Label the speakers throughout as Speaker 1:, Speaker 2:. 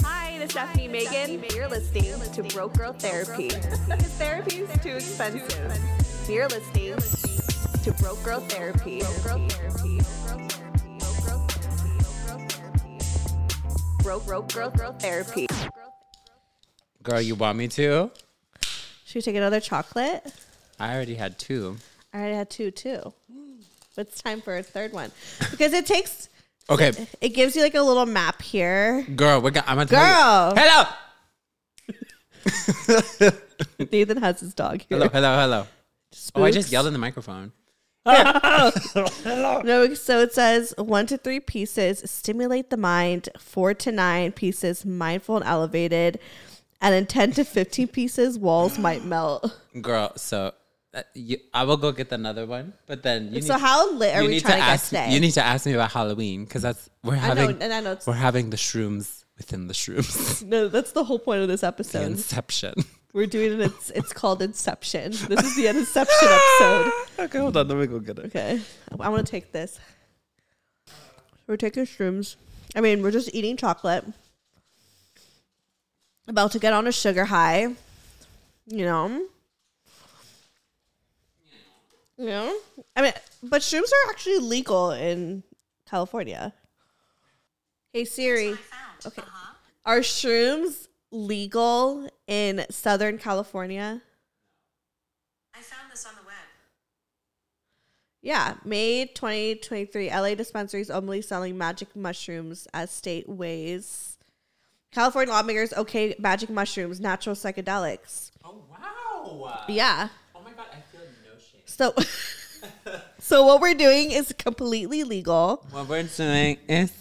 Speaker 1: Hi, this is Stephanie Megan. You're listening to Broke Girl Therapy. Because therapy is too expensive. You're listening to Broke Girl Therapy. Broke Broke Girl Girl Therapy.
Speaker 2: Girl, you want me to?
Speaker 3: Should we take another chocolate?
Speaker 2: I already had two.
Speaker 3: I already had two too. It's time for a third one because it takes.
Speaker 2: Okay,
Speaker 3: It gives you like a little map here.
Speaker 2: girl, we're gonna. I'm gonna Tell
Speaker 3: Girl!
Speaker 2: you. Hello,
Speaker 3: Nathan has his dog here.
Speaker 2: hello, hello, hello. Oh, I just yelled in the microphone.
Speaker 3: No, so it says one to three pieces stimulate the mind. Four to nine pieces mindful and elevated, and then ten to fifteen pieces walls might melt.
Speaker 2: Girl, so uh, you, I will go get another one, but then you need,
Speaker 3: So how lit are
Speaker 2: you
Speaker 3: we
Speaker 2: need
Speaker 3: trying to, get
Speaker 2: ask.
Speaker 3: today?
Speaker 2: You need to ask me about Halloween because that's we're
Speaker 3: I know,
Speaker 2: having.
Speaker 3: and I know it's-
Speaker 2: we're having the shrooms within the shrooms.
Speaker 3: no, that's the whole point of this
Speaker 2: the
Speaker 3: episode.
Speaker 2: inception.
Speaker 3: We're doing it. It's, it's called Inception. This is the Inception episode.
Speaker 2: okay, hold on. Let me go get it.
Speaker 3: Okay. I want to take this. We're taking shrooms. I mean, we're just eating chocolate. About to get on a sugar high. You know? You know? I mean, but shrooms are actually legal in California. Hey, Siri. Okay. Are shrooms legal in Southern California?
Speaker 4: I found this on the web.
Speaker 3: Yeah, May 2023, LA dispensaries only selling magic mushrooms as state ways. California lawmakers okay magic mushrooms, natural psychedelics.
Speaker 2: Oh wow!
Speaker 3: Yeah.
Speaker 2: Oh my god, I feel no shame.
Speaker 3: So So what we're doing is completely legal.
Speaker 2: What we're doing is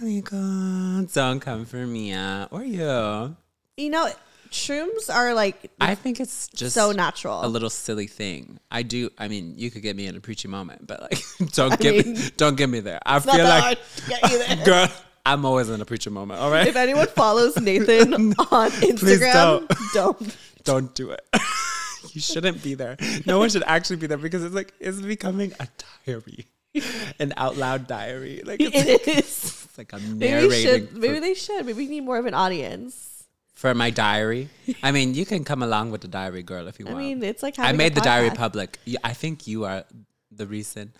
Speaker 2: legal. Don't come for me uh, or you.
Speaker 3: You know, shrooms are like
Speaker 2: I think it's just
Speaker 3: so natural.
Speaker 2: a little silly thing. I do. I mean, you could get me in a preachy moment, but like, don't get me, don't get me there. I
Speaker 3: not
Speaker 2: feel
Speaker 3: that
Speaker 2: like,
Speaker 3: hard to get you there.
Speaker 2: girl, I'm always in a preacher moment. All
Speaker 3: if
Speaker 2: right,
Speaker 3: anyone follows Nathan on Instagram, don't.
Speaker 2: don't do it. you shouldn't be there. No one should actually be there because it's like it's becoming a diary, an out loud diary. Like it's,
Speaker 3: It is.
Speaker 2: it's like I'm
Speaker 3: Maybe
Speaker 2: narrating.
Speaker 3: they should.
Speaker 2: for-
Speaker 3: Maybe they should. Maybe we need more of an audience.
Speaker 2: for my diary. I mean, you can come along with the diary, girl, if you
Speaker 3: I
Speaker 2: want.
Speaker 3: mean, it's like
Speaker 2: I
Speaker 3: having a
Speaker 2: made the diary
Speaker 3: podcast.
Speaker 2: public. You- I think you are the reason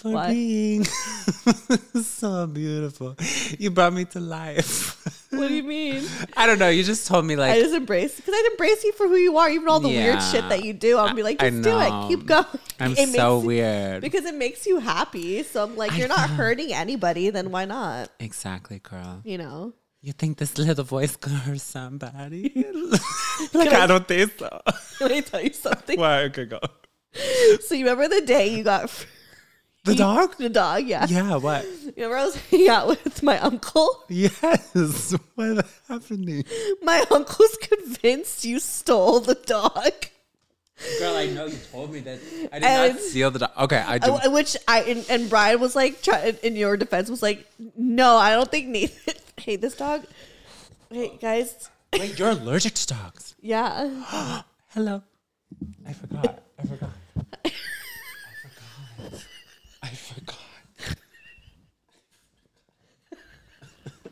Speaker 2: for
Speaker 3: What?
Speaker 2: being so beautiful. You brought me to life.
Speaker 3: What do you mean?
Speaker 2: I don't know. You just told me like
Speaker 3: I just embrace because I'd embrace you for who you are, even all the weird
Speaker 2: Yeah.
Speaker 3: shit that you do. I'll be like,
Speaker 2: I- I
Speaker 3: just do it,
Speaker 2: know.
Speaker 3: keep going.
Speaker 2: I'm
Speaker 3: It
Speaker 2: so
Speaker 3: makes-
Speaker 2: weird.
Speaker 3: because it makes you happy. So I'm like,
Speaker 2: I
Speaker 3: you're not
Speaker 2: know.
Speaker 3: hurting anybody, then why not?
Speaker 2: exactly, girl.
Speaker 3: You know,
Speaker 2: You think this little voice could hurt somebody? like I don't think so.
Speaker 3: can I tell you something?
Speaker 2: Why okay, go.
Speaker 3: So you remember the day you got
Speaker 2: The dog?
Speaker 3: the dog? Yeah.
Speaker 2: Yeah. What?
Speaker 3: You remember I was hanging out with my uncle.
Speaker 2: Yes. What happening?
Speaker 3: My uncle's convinced you stole the dog,
Speaker 2: Girl, I know you told me that. I did
Speaker 3: And-
Speaker 2: not steal the dog. Okay, I do.
Speaker 3: Uh, which I and, and Brian was like, try, in- in your defense, was like, no, I don't think Nathan hate this dog. Hey guys,
Speaker 2: Wait, you're allergic to dogs.
Speaker 3: yeah.
Speaker 2: Hello. I forgot. I forgot. I forgot. I forgot.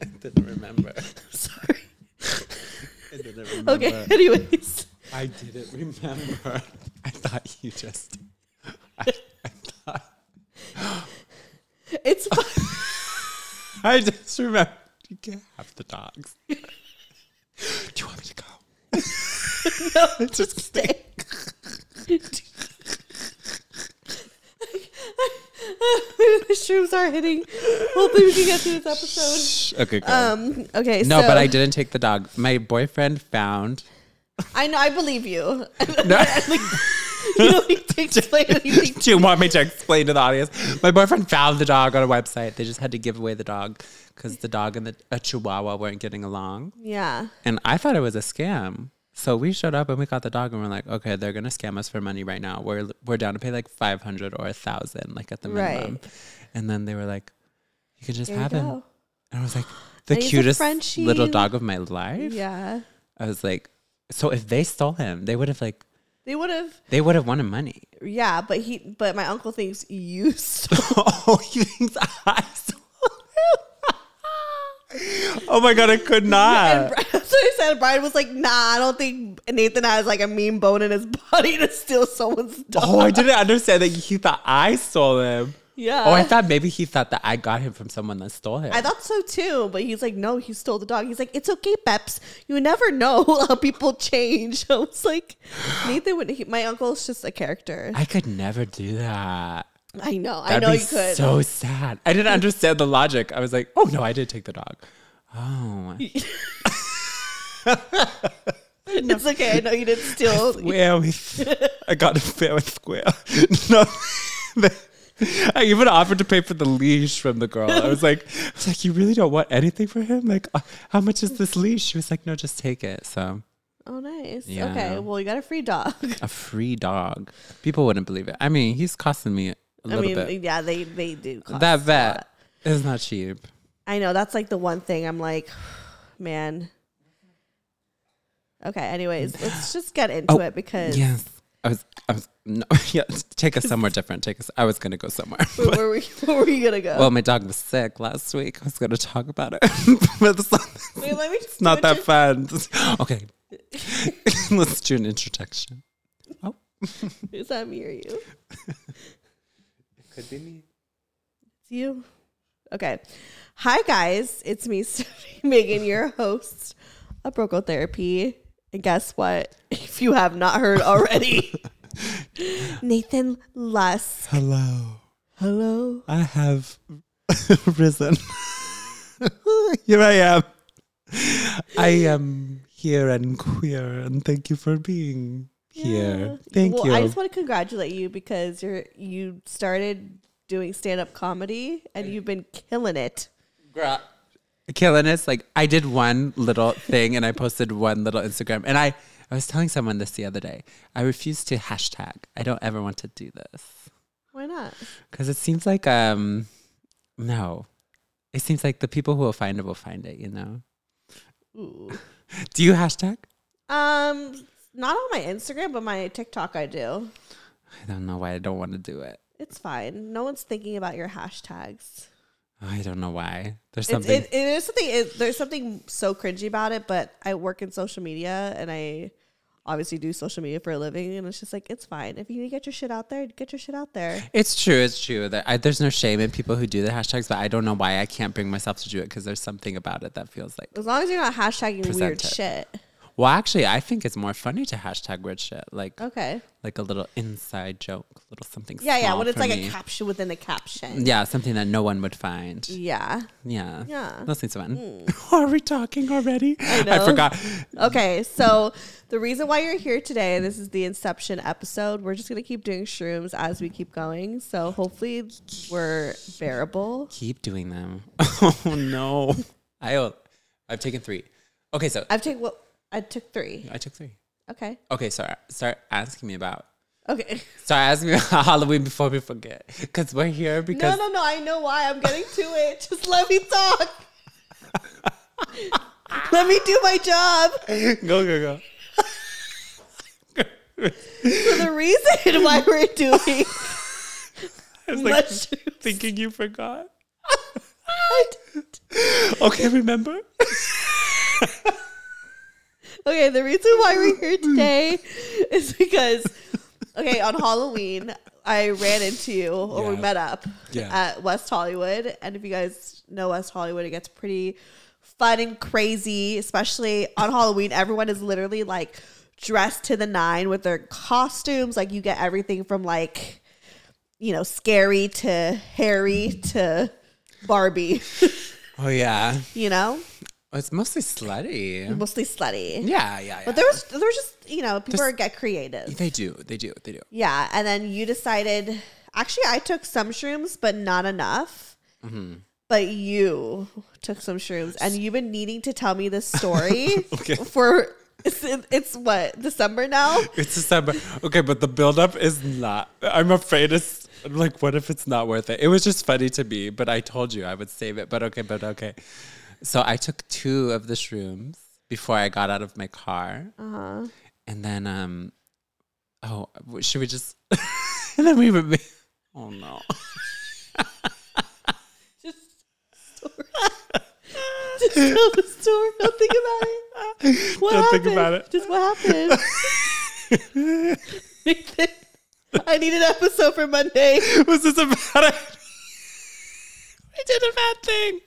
Speaker 2: I didn't remember.
Speaker 3: Sorry.
Speaker 2: I didn't remember.
Speaker 3: Okay. Anyways,
Speaker 2: I didn't remember. I thought you just. I, I thought.
Speaker 3: it's fine.
Speaker 2: I just remembered. You can't have the dogs. Do you want me to go?
Speaker 3: no,
Speaker 2: It's just
Speaker 3: stay. the shrooms are hitting. Hopefully, we can get through this episode.
Speaker 2: Okay, go.
Speaker 3: Um. Okay.
Speaker 2: no,
Speaker 3: so-
Speaker 2: but I didn't take the dog. My boyfriend found.
Speaker 3: I know. I believe you.
Speaker 2: No.
Speaker 3: you don't need to explain anything.
Speaker 2: Do you want me to explain to the audience? My boyfriend found the dog on a website. They just had to give away the dog because the dog and the a chihuahua weren't getting along.
Speaker 3: Yeah.
Speaker 2: And I thought it was a scam. So we showed up and we got the dog and we're like, okay, they're gonna scam us for money right now. We're we're down to pay like five hundred or a thousand, like at the minimum.
Speaker 3: Right.
Speaker 2: And then they were like, you can just
Speaker 3: There you
Speaker 2: have him.
Speaker 3: go.
Speaker 2: And I was like, the
Speaker 3: And he's a
Speaker 2: cutest
Speaker 3: Frenchie.
Speaker 2: little dog of my life.
Speaker 3: Yeah.
Speaker 2: I was like, so if they stole him, they would have like
Speaker 3: They would have.
Speaker 2: they would have wanted money.
Speaker 3: Yeah, but he. But my uncle thinks you stole.
Speaker 2: oh, you think I stole him? oh my god, I could
Speaker 3: And
Speaker 2: not.
Speaker 3: Brian, so I said Brian was like, "Nah, I don't think Nathan has like a mean bone in his body to steal someone's dog."
Speaker 2: Oh, I didn't understand that he thought I stole him.
Speaker 3: Yeah.
Speaker 2: Oh, I thought maybe he thought that I got him from someone that stole him.
Speaker 3: I thought so too, but he's like, no, he stole the dog. He's like, it's okay, Peps. You never know how people change. I was like, Nathan would. He, my uncle's just a character. I,
Speaker 2: I could never do that.
Speaker 3: know. I
Speaker 2: That'd
Speaker 3: know
Speaker 2: be
Speaker 3: you could.
Speaker 2: So sad. I didn't understand the logic. I was like, oh no, I did take the dog. Oh,
Speaker 3: It's okay. I know you didn't steal.
Speaker 2: square with. I got a fair with square. No, I even offered to pay for the leash from the girl. I was like, I was like, you really don't want anything for him? Like, uh, how much is this leash? She was like, no, just take it. So
Speaker 3: oh, nice.
Speaker 2: Yeah.
Speaker 3: Okay. Well, you got a free dog.
Speaker 2: a free dog. People wouldn't believe it. I mean, he's costing me a
Speaker 3: I
Speaker 2: little
Speaker 3: mean,
Speaker 2: bit.
Speaker 3: yeah, they they do. cost
Speaker 2: That
Speaker 3: a
Speaker 2: vet
Speaker 3: lot.
Speaker 2: is not cheap.
Speaker 3: I know. That's like the one thing I'm like, man. Okay. Anyways, let's just get into
Speaker 2: Oh,
Speaker 3: it because
Speaker 2: Yes. I was, I was, no, yeah, take us somewhere different. Take us, I was going to go somewhere.
Speaker 3: where, were we? Where were you gonna go?
Speaker 2: Well, my dog was sick last week. I was going to talk about it. but it's not,
Speaker 3: Wait, let me just
Speaker 2: it's not
Speaker 3: do a
Speaker 2: that fun. Okay. Let's do an introduction. Oh.
Speaker 3: Is that me or you? it could be me. It's you. Okay. Hi guys, it's me, Stephanie Megan, your host of Broco Therapy. And guess what? If you have not heard already, Nathan Lusk.
Speaker 2: Hello.
Speaker 3: Hello.
Speaker 2: I have risen. here I am. I am here and queer, and thank you for being here. Thank
Speaker 3: well,
Speaker 2: you.
Speaker 3: I just want to congratulate you because you're you started doing stand up comedy and you've been killing it.
Speaker 2: killing us. Like I did one little thing and I posted one little Instagram. And I, I was telling someone this the other day. I refuse to hashtag. I don't ever want to do this
Speaker 3: Why not?
Speaker 2: because it seems like um, no, it seems like the people who will find it will find it. You know.
Speaker 3: Ooh.
Speaker 2: Do you hashtag?
Speaker 3: Um, not on my Instagram, but my TikTok I do.
Speaker 2: I don't know why I don't want to do it.
Speaker 3: It's fine. No one's thinking about your hashtags.
Speaker 2: I don't know why. There's
Speaker 3: It's,
Speaker 2: something.
Speaker 3: it, it is something. It, there's something so cringy about it. But I work in social media, and I obviously do social media for a living. And it's just like it's fine. If you need to get your shit out there, get your shit out there.
Speaker 2: it's true. It's true. That I, there's no shame in people who do the hashtags, but I don't know why I can't bring myself to do it because there's something about it that feels like.
Speaker 3: As long as you're not hashtagging weird
Speaker 2: Present it.
Speaker 3: shit.
Speaker 2: Well, actually, I think it's more funny to hashtag weird shit, like
Speaker 3: Okay.
Speaker 2: like a little inside joke, little something.
Speaker 3: Yeah, yeah.
Speaker 2: small
Speaker 3: When it's
Speaker 2: for
Speaker 3: like
Speaker 2: me.
Speaker 3: a caption within a caption.
Speaker 2: Yeah, something that no one would find.
Speaker 3: Yeah.
Speaker 2: Yeah,
Speaker 3: Yeah. Mm.
Speaker 2: Those things are fun. Are we talking already? I,
Speaker 3: know.
Speaker 2: forgot.
Speaker 3: Okay, so the reason why you're here today, this is the Inception episode. We're just gonna keep doing shrooms as we keep going. So hopefully we're bearable.
Speaker 2: Keep doing them. oh no, I owe- I've taken three. Okay, so
Speaker 3: I've taken what I took three.
Speaker 2: I took three.
Speaker 3: Okay.
Speaker 2: Okay, so start asking me about.
Speaker 3: Okay.
Speaker 2: Start asking me about Halloween before we forget, because we're here
Speaker 3: No,
Speaker 2: because
Speaker 3: no, no. I know why. I'm getting to it. Just let me talk. let me do my job.
Speaker 2: go go go.
Speaker 3: So the reason why we're doing
Speaker 2: I was like
Speaker 3: mushrooms.
Speaker 2: thinking you forgot. Okay, remember?
Speaker 3: Okay, the reason why we're here today is because okay, on Halloween I ran into you or we
Speaker 2: Yeah.
Speaker 3: met up
Speaker 2: Yeah.
Speaker 3: at West Hollywood, and if you guys know West Hollywood, it gets pretty fun and crazy, especially on Halloween. Everyone is literally like dressed to the nine with their costumes. Like you get everything from like you know scary to hairy to Barbie,
Speaker 2: Oh yeah.
Speaker 3: you know,
Speaker 2: It's mostly slutty.
Speaker 3: mostly slutty.
Speaker 2: Yeah, yeah, yeah.
Speaker 3: Mm-hmm. But there was there was just you know people
Speaker 2: Just-
Speaker 3: are get creative.
Speaker 2: they do, they do, they do.
Speaker 3: Yeah,
Speaker 2: Mm-hmm.
Speaker 3: and then you decided. Actually, I took some shrooms, but not enough. but you took some shrooms and you've been needing to tell me this story
Speaker 2: Okay.
Speaker 3: for it's, it's what December now.
Speaker 2: It's December. Okay, but the buildup is not. I'm afraid it's I'm like, what if it's not worth it? It was just funny to me, but I told you I would save it. But okay, but okay. So I took two of the shrooms before I got out of my car,
Speaker 3: Uh-huh.
Speaker 2: and then um, oh, w- should we just? and then we would be. Oh no.
Speaker 3: Just tell the story. Don't think about it. What
Speaker 2: Don't
Speaker 3: happened?
Speaker 2: think about it.
Speaker 3: Just what happened? I need an episode for Monday.
Speaker 2: Was this a bad idea? I did a bad thing.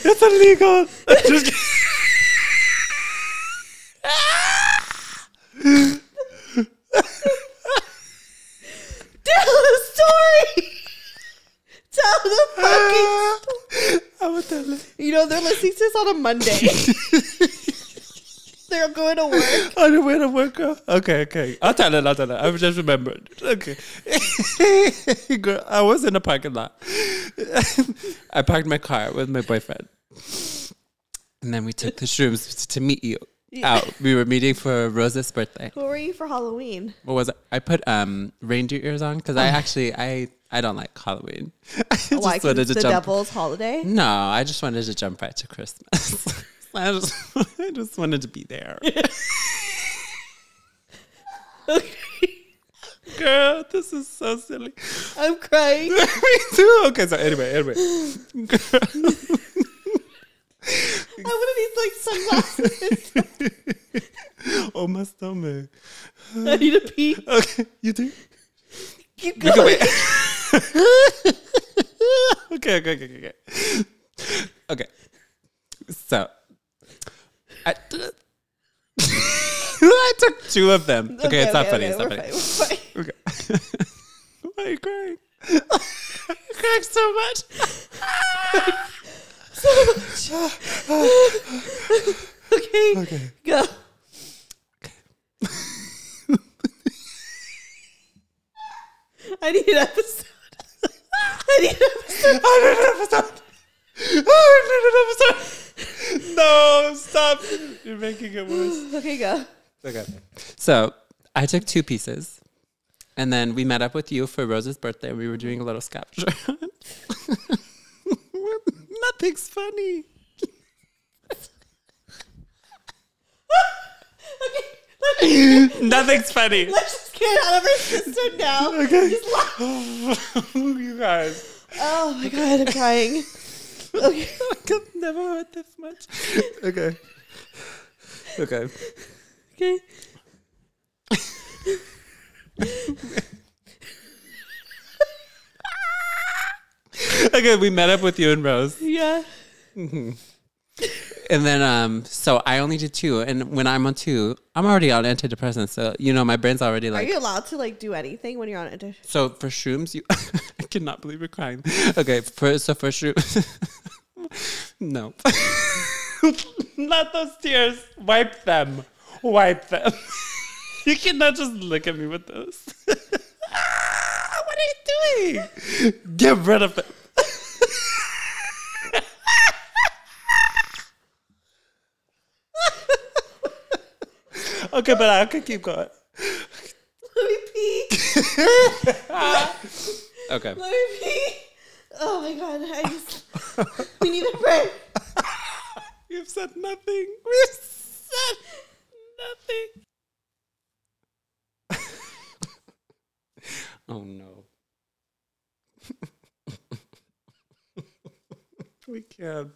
Speaker 2: It's illegal. Just kidding.
Speaker 3: Tell the story. Tell the fucking.
Speaker 2: I would tell it.
Speaker 3: You know they're listening to this on a Monday. they're going to work.
Speaker 2: On the way to work, girl. Okay, okay. I'll tell it. I'll tell it. I've just remembered. Okay. girl, I was in a parking lot. I parked my car with my boyfriend. And then we took the shrooms to meet you out. We were meeting for Rosa's birthday.
Speaker 3: Who were you for Halloween?
Speaker 2: what was it? I put um reindeer ears on because I actually I I don't like Halloween. I just
Speaker 3: Oh. Why? 'Cause it's the
Speaker 2: jump.
Speaker 3: devil's holiday.
Speaker 2: No, I just wanted to jump right to Christmas. I just I just wanted to be there. Girl, this is so silly.
Speaker 3: I'm crying.
Speaker 2: Me too. Okay, so anyway, anyway. Girl.
Speaker 3: I would have these like sunglasses.
Speaker 2: oh my stomach.
Speaker 3: I need to pee.
Speaker 2: Okay, you do.
Speaker 3: Keep
Speaker 2: We can
Speaker 3: going.
Speaker 2: wait. okay, okay, okay, okay, okay. Okay. So, I, I took two of them. Okay, it's not funny. it's not
Speaker 3: we're
Speaker 2: funny.
Speaker 3: fine, we're
Speaker 2: Okay.
Speaker 3: fine.
Speaker 2: Why are you crying? I cracked so much.
Speaker 3: Okay. Go. I need an episode. I need an episode.
Speaker 2: I need an episode. I need an episode. No, stop. You're making it worse.
Speaker 3: Okay, go.
Speaker 2: Okay. So I took two pieces, and then we met up with you for Rose's birthday. We were doing a little scavenger. hunt. Nothing's funny. Nothing's funny.
Speaker 3: Let's just get it out of our system now. Just laugh.
Speaker 2: you guys.
Speaker 3: Oh my god, I'm crying. Okay.
Speaker 2: I've never heard this much. Okay. Okay.
Speaker 3: Okay.
Speaker 2: Okay, we met up with you and Rose.
Speaker 3: Yeah.
Speaker 2: And then, um, so I only did two. And when I'm on two, I'm already on antidepressants. So, you know, my brain's already
Speaker 3: Are
Speaker 2: like.
Speaker 3: you allowed to like do anything when you're on a
Speaker 2: So for shrooms, you I cannot believe you're crying. Okay, for, so for shrooms, no, not those tears. Wipe them, wipe them. you cannot just look at me with those. Ah, what are you doing? Get rid of them. okay, but I can keep going.
Speaker 3: Let me pee.
Speaker 2: Okay.
Speaker 3: Let me pee. Oh my god, I just we need a break.
Speaker 2: We've said nothing. We've said nothing. oh no. we can't.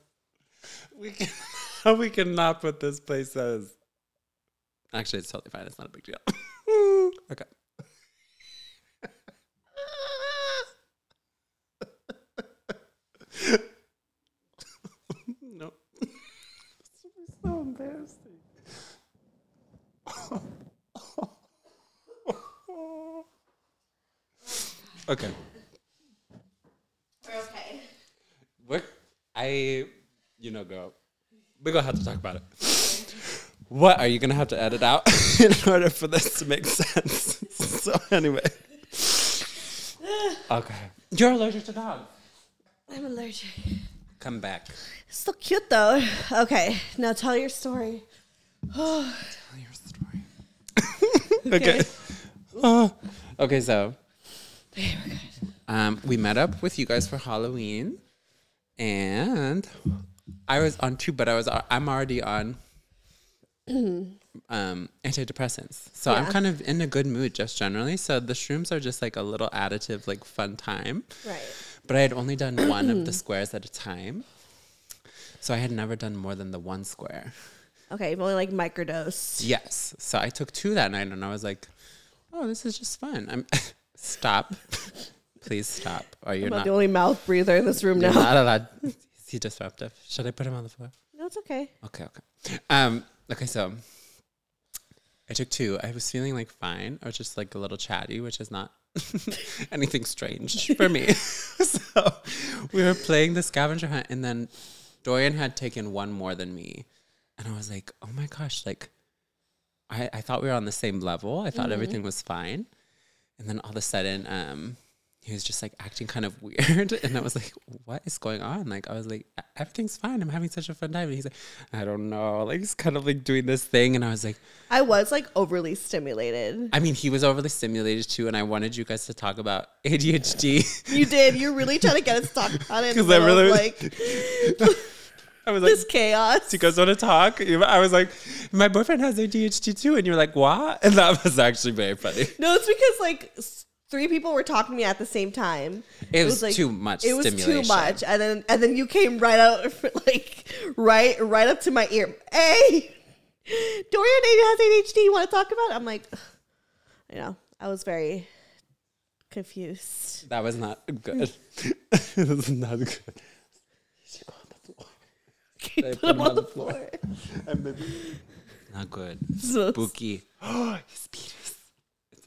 Speaker 2: We can we cannot put this place as actually it's totally fine, it's not a big deal. okay. No. so embarrassing. okay.
Speaker 3: We're okay.
Speaker 2: We're, I, you know, girl, we're going to have to talk about it. What are you going to have to edit out in order for this to make sense? so, anyway. Okay. You're allergic to dogs.
Speaker 3: I'm allergic.
Speaker 2: Come back.
Speaker 3: Still cute though. Okay, now tell your story.
Speaker 2: Tell your story. okay. Oh. okay, so
Speaker 3: Oh
Speaker 2: um, we met up with you guys for Halloween, and I was on two, but I was al- I'm already on um, antidepressants, so I'm
Speaker 3: Yeah.
Speaker 2: kind of in a good mood just generally. So the shrooms are just like a little additive, like fun time.
Speaker 3: Right.
Speaker 2: But I had only done one of the squares at a time, so I had never done more than the one square.
Speaker 3: Okay, you've only like microdosed.
Speaker 2: Yes. So I took two that night and I was like, oh, this is just fun. I'm stop. Please stop. Or you're
Speaker 3: I'm
Speaker 2: not,
Speaker 3: the only mouth breather in this room
Speaker 2: you're
Speaker 3: now.
Speaker 2: not allowed. Is he disruptive? Should I put him on the floor?
Speaker 3: No, it's okay.
Speaker 2: Okay, okay. Um, okay, so I took two. I was feeling like fine. I was just like a little chatty, which is not anything strange for me. so we were playing the scavenger hunt, and then Dorian had taken one more than me. And I was like, oh my gosh, like I, I thought we were on the same level. I thought everything was fine. And then all of a sudden, um, he was just like acting kind of weird. And I was like, what is going on? Like, I was like, "E- everything's fine. I'm having such a fun time. And he's like, I don't know. Like, he's kind of like doing this thing. And I was like,
Speaker 3: I was like overly stimulated.
Speaker 2: I mean, he was overly stimulated too. And I wanted you guys to talk about ADHD.
Speaker 3: You did. You're really trying to get us talked on it.
Speaker 2: 'Cause
Speaker 3: Because
Speaker 2: I
Speaker 3: I
Speaker 2: really was-
Speaker 3: like
Speaker 2: I was like,
Speaker 3: this chaos.
Speaker 2: do you guys want to talk? You- I was like, my boyfriend has ADHD too. And you're like, what? And that was actually very funny.
Speaker 3: No, it's because like s- three people were talking to me at the same time.
Speaker 2: It was too much
Speaker 3: It was too
Speaker 2: stimulation.
Speaker 3: much, and then and then you came right out, like right right up to my ear. Hey, Dorian has ADHD. You want to talk about? It? I'm like, you know, I was very confused.
Speaker 2: That was not good. This is not good.
Speaker 3: Put
Speaker 2: put
Speaker 3: him
Speaker 2: him
Speaker 3: on
Speaker 2: on
Speaker 3: the
Speaker 2: the floor.
Speaker 3: floor.
Speaker 2: Not good.
Speaker 3: So-
Speaker 2: Spooky. His penis. It's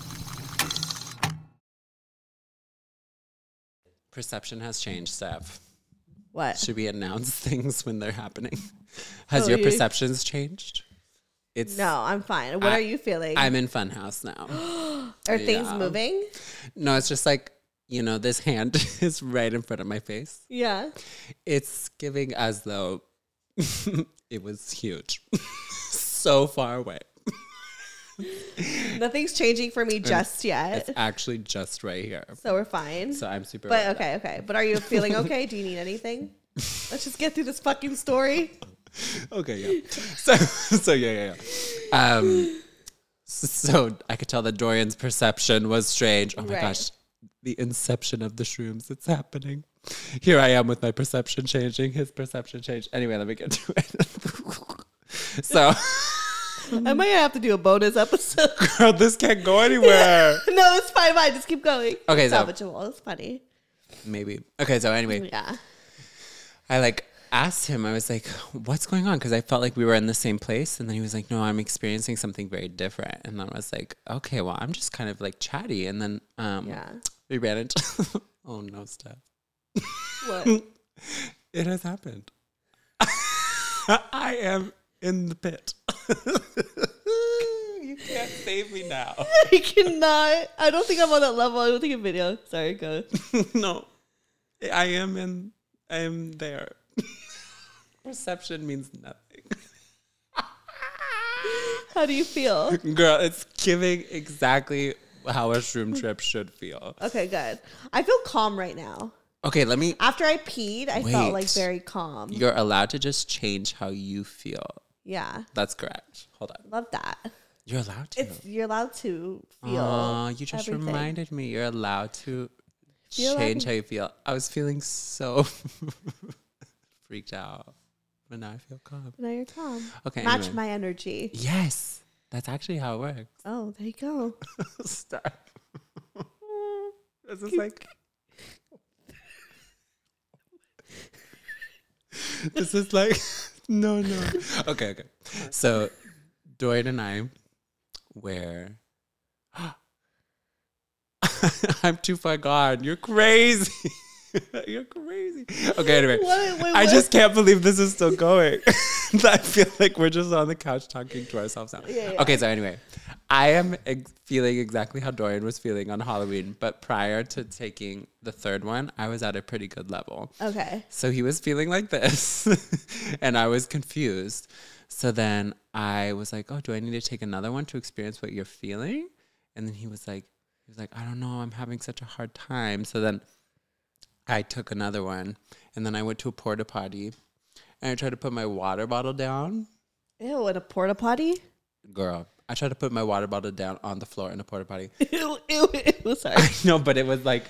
Speaker 2: Perception has changed, Steph.
Speaker 3: What?
Speaker 2: Should we announce things when they're happening? Has
Speaker 3: Oh,
Speaker 2: your
Speaker 3: you-
Speaker 2: perceptions changed? It's
Speaker 3: No, I'm fine. What
Speaker 2: I-
Speaker 3: are you feeling?
Speaker 2: I'm in funhouse now.
Speaker 3: are things
Speaker 2: yeah.
Speaker 3: moving?
Speaker 2: no, it's just like you know, this hand is right in front of my face.
Speaker 3: Yeah.
Speaker 2: It's giving as though it was huge, so far away.
Speaker 3: Nothing's changing for me just
Speaker 2: It's
Speaker 3: yet.
Speaker 2: actually just right here.
Speaker 3: So we're fine.
Speaker 2: So I'm super.
Speaker 3: But okay, okay. But are you feeling okay? Do you need anything? Let's just get through this fucking story.
Speaker 2: okay, yeah. So, so yeah, yeah, yeah. Um, so I could tell that Dorian's perception was strange. Oh my
Speaker 3: Right.
Speaker 2: gosh, the inception of the shrooms, it's happening. Here I am with my perception changing, his perception change. Anyway, let me get to it. so,
Speaker 3: Am I gonna have to do a bonus episode?
Speaker 2: girl, this can't go anywhere.
Speaker 3: no, it's fine. Fine, just keep going.
Speaker 2: Okay, so-
Speaker 3: salvageable. It's funny.
Speaker 2: Maybe. Okay, so anyway,
Speaker 3: Yeah.
Speaker 2: I like asked him, I was like, what's going on? Because I felt like we were in the same place. And then he was like, no, I'm experiencing something very different. And then I was like, okay, well, I'm just kind of like chatty. And then um,
Speaker 3: Yeah.
Speaker 2: we ran into, oh no, Steph.
Speaker 3: What?
Speaker 2: It has happened. I am in the pit. you can't save me now.
Speaker 3: I cannot. I don't think I'm on that level. I don't think a video. Sorry, go.
Speaker 2: no, I am in, I am there. Perception means nothing.
Speaker 3: How do you feel?
Speaker 2: Girl, it's giving exactly how a shroom trip should feel.
Speaker 3: Okay, good. I feel calm right now.
Speaker 2: Okay, let me.
Speaker 3: After I peed, I felt like
Speaker 2: Wait.
Speaker 3: very calm.
Speaker 2: You're allowed to just change how you feel.
Speaker 3: yeah,
Speaker 2: That's correct. Hold on.
Speaker 3: love that.
Speaker 2: You're allowed to.
Speaker 3: It's you're allowed to feel.
Speaker 2: Aw, you just
Speaker 3: everything.
Speaker 2: reminded me you're allowed to
Speaker 3: Feel
Speaker 2: change
Speaker 3: everything.
Speaker 2: how you feel. I was feeling so freaked out, but now I feel calm.
Speaker 3: Now you're calm.
Speaker 2: Okay.
Speaker 3: Match
Speaker 2: anyway.
Speaker 3: my energy.
Speaker 2: Yes, that's actually how it works.
Speaker 3: Oh, there you go.
Speaker 2: Stop. this is like. this is like. No, no. Okay, okay. So, Dorian and I were. I'm too far gone. You're crazy. You're crazy. Okay, anyway.
Speaker 3: What- wait,
Speaker 2: I
Speaker 3: what?
Speaker 2: just can't believe this is still going. I feel like we're just on the couch talking to ourselves now. Okay, so anyway, I am ex- feeling exactly how Dorian was feeling on Halloween, but prior to taking the third one, I was at a pretty good level.
Speaker 3: Okay.
Speaker 2: So he was feeling like this, and I was confused. So then I was like, "Oh, do I need to take another one to experience what you're feeling?" And then he was like, "He was like, I don't know, I'm having such a hard time." So then I took another one, and then I went to a porta potty, and I tried to put my water bottle down.
Speaker 3: Ew, in a porta potty.
Speaker 2: Girl, I tried to put my water bottle down on the floor in a porta potty.
Speaker 3: Ew, ew, ew. Sorry.
Speaker 2: no, but it was like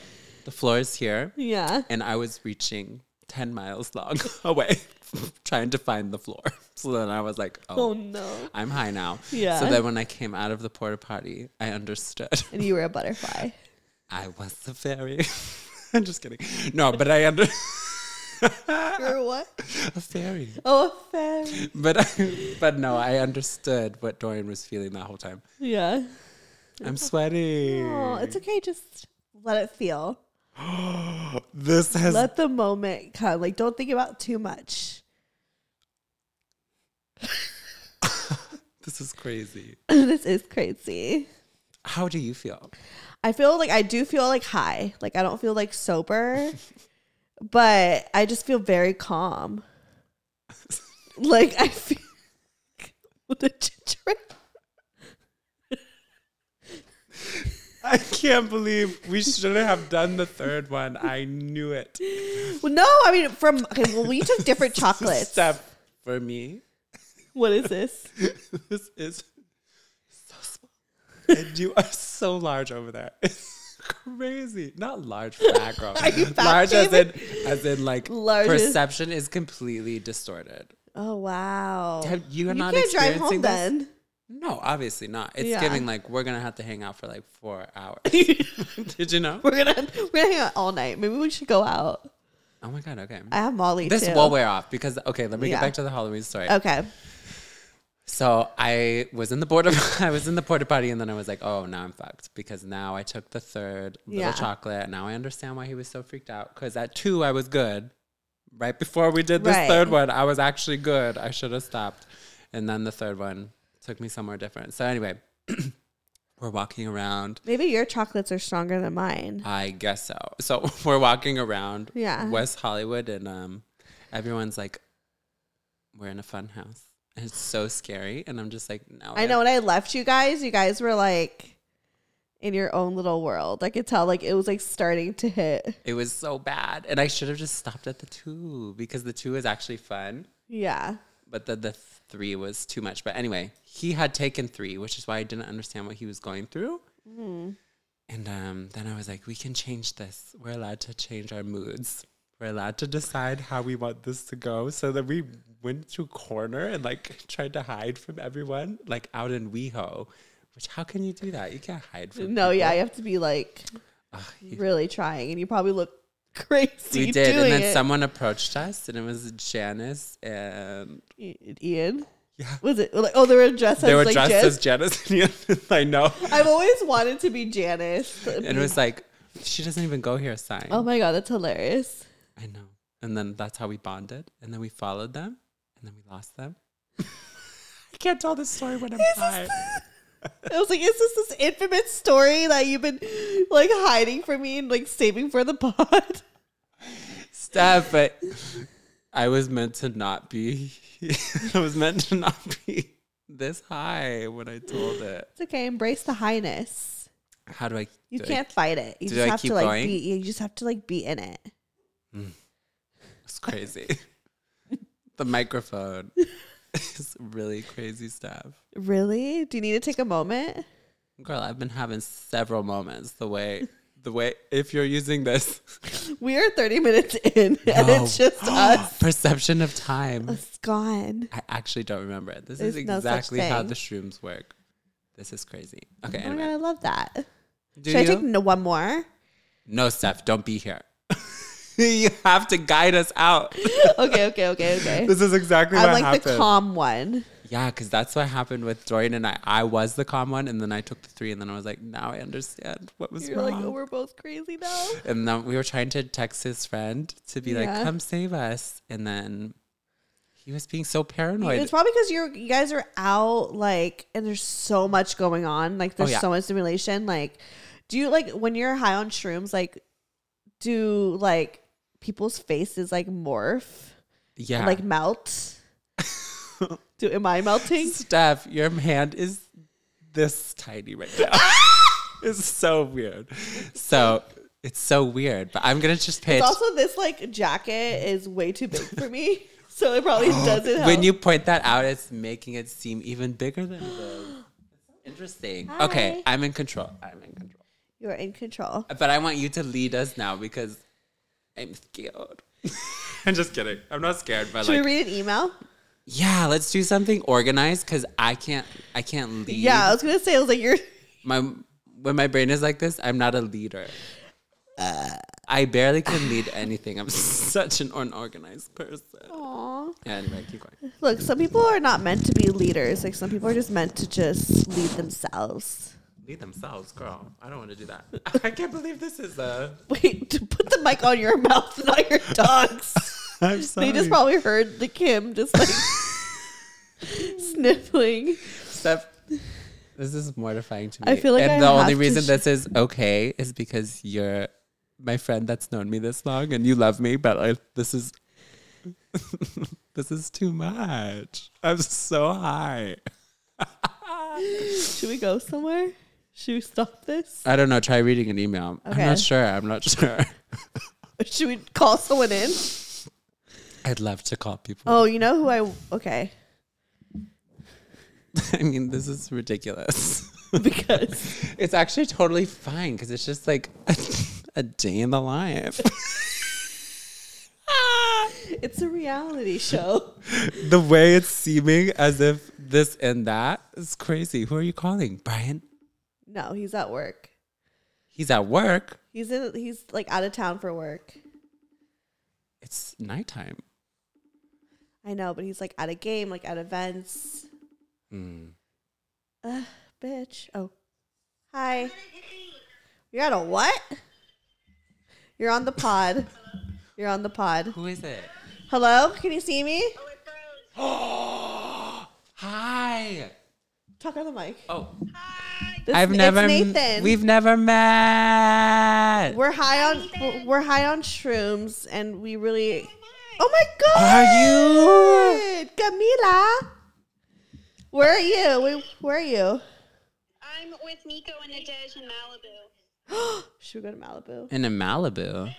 Speaker 2: the floor is here,
Speaker 3: yeah.
Speaker 2: and I was reaching 10 miles long away trying to find the floor. So then I was like, oh,
Speaker 3: Oh no.
Speaker 2: I'm high now.
Speaker 3: Yeah.
Speaker 2: So then when I came out of the porta potty, I understood.
Speaker 3: And you were a butterfly.
Speaker 2: I was the fairy. I'm just kidding. No, but I under
Speaker 3: You're what?
Speaker 2: a fairy.
Speaker 3: Oh, a fairy.
Speaker 2: But I, but no, I understood what Dorian was feeling that whole time.
Speaker 3: Yeah.
Speaker 2: I'm sweating.
Speaker 3: Oh, it's okay. Just let it feel.
Speaker 2: This has
Speaker 3: Let the moment come. Like, don't think about too much.
Speaker 2: this is crazy.
Speaker 3: this is crazy.
Speaker 2: How do you feel?
Speaker 3: I feel like I do feel like high. Like, I don't feel like sober, but I just feel very calm. Like, I feel. What a ginger-
Speaker 2: I can't believe we shouldn't have done the third one. I knew it.
Speaker 3: well, no, I mean, from okay, well, we took different chocolates.
Speaker 2: Step for me.
Speaker 3: What is this?
Speaker 2: This is so small. And you are so large over there. It's crazy. Not large for that girl.
Speaker 3: you fat
Speaker 2: large as in
Speaker 3: shaming?
Speaker 2: as in like
Speaker 3: Large is-
Speaker 2: perception is completely distorted.
Speaker 3: Oh, wow.
Speaker 2: Have- you are not experiencing this?
Speaker 3: then.
Speaker 2: No, obviously not. It's
Speaker 3: Yeah.
Speaker 2: giving like we're gonna have to hang out for like four hours. Did you know?
Speaker 3: We're gonna we're gonna hang out all night. Maybe we should go out.
Speaker 2: Oh my god, okay.
Speaker 3: I have Molly
Speaker 2: this
Speaker 3: too.
Speaker 2: will wear off because okay, let me
Speaker 3: Yeah.
Speaker 2: get back to the Halloween story.
Speaker 3: Okay.
Speaker 2: So I was in the border. I was in the porta potty, and then I was like, "Oh, now I'm fucked," because now I took the third little
Speaker 3: Yeah.
Speaker 2: chocolate. Now I understand why he was so freaked out. Because at two, I was good. Right before we did this
Speaker 3: Right.
Speaker 2: third one, I was actually good. I should have stopped. And then the third one took me somewhere different. So anyway, we're walking around.
Speaker 3: Maybe your chocolates are stronger than mine.
Speaker 2: I guess so. So we're walking around
Speaker 3: Yeah.
Speaker 2: West Hollywood and um everyone's like we're in a fun house. And it's so scary and I'm just like no.
Speaker 3: I know when I left you guys, you guys were like in your own little world. I could tell like it was like starting to hit.
Speaker 2: It was so bad and I should have just stopped at the 2 because the 2 is actually fun,
Speaker 3: Yeah.
Speaker 2: but the, the three was too much. But anyway, he had taken three, which is why I didn't understand what he was going through. And um, then I was like, we can change this. We're allowed to change our moods. We're allowed to decide how we want this to go. So then we went to a corner and like tried to hide from everyone, like out in WeHo. Which how can you do that? You can't hide from.
Speaker 3: No, yeah, you have to be like
Speaker 2: Ugh, you-
Speaker 3: really trying, and you probably look crazy.
Speaker 2: we did,
Speaker 3: doing
Speaker 2: and then
Speaker 3: it.
Speaker 2: someone approached us, and it was Janice and
Speaker 3: I- Ian.
Speaker 2: Yeah.
Speaker 3: Was it like oh they were dressed
Speaker 2: they
Speaker 3: as
Speaker 2: were
Speaker 3: like
Speaker 2: dressed
Speaker 3: Jan-
Speaker 2: as Janice and Ian. I know.
Speaker 3: I've always wanted to be Janice.
Speaker 2: And it was like, she doesn't even go here, sign.
Speaker 3: oh my god, that's hilarious.
Speaker 2: I know. And then that's how we bonded. And then we followed them. And then we lost them. I can't tell this story when I'm high.
Speaker 3: I was like, is this this infamous story that you've been like hiding from me and like saving for the pod?
Speaker 2: Steph, but I was meant to not be. I was meant to not be this high when I told it.
Speaker 3: It's okay. Embrace the highness.
Speaker 2: How do I?
Speaker 3: You
Speaker 2: do I
Speaker 3: can't fight it. You
Speaker 2: do
Speaker 3: just
Speaker 2: I
Speaker 3: have
Speaker 2: keep
Speaker 3: to like
Speaker 2: going?
Speaker 3: be. You just have to like be in it.
Speaker 2: It's crazy. the microphone is really crazy stuff.
Speaker 3: Really? Do you need to take a moment?
Speaker 2: Girl, I've been having several moments the way the way if you're using this
Speaker 3: We are 30 minutes in, and it's
Speaker 2: No.
Speaker 3: just us.
Speaker 2: perception of time.
Speaker 3: It's gone.
Speaker 2: I actually don't remember it. This is
Speaker 3: There's no such
Speaker 2: exactly how
Speaker 3: thing.
Speaker 2: the shrooms work. This is crazy. Okay,
Speaker 3: Oh my god, I
Speaker 2: anyway.
Speaker 3: love that.
Speaker 2: Do
Speaker 3: Should I
Speaker 2: you?
Speaker 3: take no, one more?
Speaker 2: no, Steph, don't be here. you have to guide us out.
Speaker 3: Okay, okay, okay, okay.
Speaker 2: This is exactly
Speaker 3: I
Speaker 2: what
Speaker 3: like
Speaker 2: happened.
Speaker 3: the calm one.
Speaker 2: yeah, because that's what happened with Dorian and I. I was the calm one, and then I took the three, and then I was like, now I understand what was
Speaker 3: You're
Speaker 2: wrong.
Speaker 3: like, oh, we're both crazy now.
Speaker 2: And then we were trying to text his friend to be
Speaker 3: Yeah.
Speaker 2: like, come save us. And then he was being so paranoid.
Speaker 3: It's probably because you're you guys are out like, and there's so much going on. Like, there's
Speaker 2: yeah.
Speaker 3: so much stimulation. Like, do you like when you're high on shrooms? Like, do like people's faces like morph,
Speaker 2: yeah.
Speaker 3: like melt? do am I melting?
Speaker 2: Steph, your hand is this tiny right now. it's so weird. So it's so weird. But I'm going to just pitch.
Speaker 3: Also, this like jacket is way too big for me, so it probably doesn't help.
Speaker 2: When you point that out, it's making it seem even bigger than it is. Interesting. Okay, I'm in control. I'm in control.
Speaker 3: you're in control.
Speaker 2: But I want you to lead us now because I'm scared. I'm just kidding. I'm not scared, but
Speaker 3: Should
Speaker 2: like
Speaker 3: we read an email?
Speaker 2: Yeah, let's do something organized because I can't I can't lead.
Speaker 3: Yeah, I was gonna say I was like you're
Speaker 2: My when my brain is like this, I'm not a leader. I barely can lead anything. I'm such an unorganized person. Yeah, anyway, keep going.
Speaker 3: look. Some people are not meant to be leaders. Like some people are just meant to just lead themselves.
Speaker 2: Lead themselves, girl. I don't want to do that. I can't believe this is a
Speaker 3: Wait, to put the mic on your mouth, not your dogs.
Speaker 2: I'm sorry.
Speaker 3: They just probably heard the Kim just like sniffling.
Speaker 2: Steph, this is mortifying to me.
Speaker 3: I feel like
Speaker 2: and
Speaker 3: I
Speaker 2: the only
Speaker 3: have to
Speaker 2: reason
Speaker 3: sh-
Speaker 2: this is okay is because you're my friend that's known me this long and you love me, but like this is this is too much. I'm so high.
Speaker 3: Should we go somewhere? Should we stop this?
Speaker 2: I don't know. Try reading an email. I'm
Speaker 3: Okay.
Speaker 2: not sure. I'm not sure.
Speaker 3: Or should we call someone in?
Speaker 2: I'd love to call people.
Speaker 3: Oh, you know who I okay
Speaker 2: I mean, this is ridiculous.
Speaker 3: because
Speaker 2: It's actually totally fine because it's just like a, day in the life. Ah!
Speaker 3: it's a reality show.
Speaker 2: the way it's seeming as if this and that is crazy. Who are you calling? Brian?
Speaker 3: No, he's at work.
Speaker 2: He's at work.
Speaker 3: He's in. He's like out of town for work.
Speaker 2: It's nighttime.
Speaker 3: I know, but he's like at a game, like at events. Ugh, bitch. Oh, hi. You're at a what? You're on the pod. You're on the pod.
Speaker 2: Who is it?
Speaker 3: Hello, can you see me?
Speaker 2: Hi.
Speaker 3: Talk on the mic.
Speaker 2: Oh,
Speaker 3: This,
Speaker 2: I've
Speaker 3: it's
Speaker 2: never.
Speaker 3: Nathan.
Speaker 2: We've never met.
Speaker 3: we're high on we're- we're high on shrooms, and we really. Oh my god!
Speaker 2: Are you?
Speaker 3: Camila? Where are you? Wait, Where are you?
Speaker 5: I'm with Nico and Nadej in Malibu.
Speaker 3: Should we go to Malibu?
Speaker 2: And in Malibu.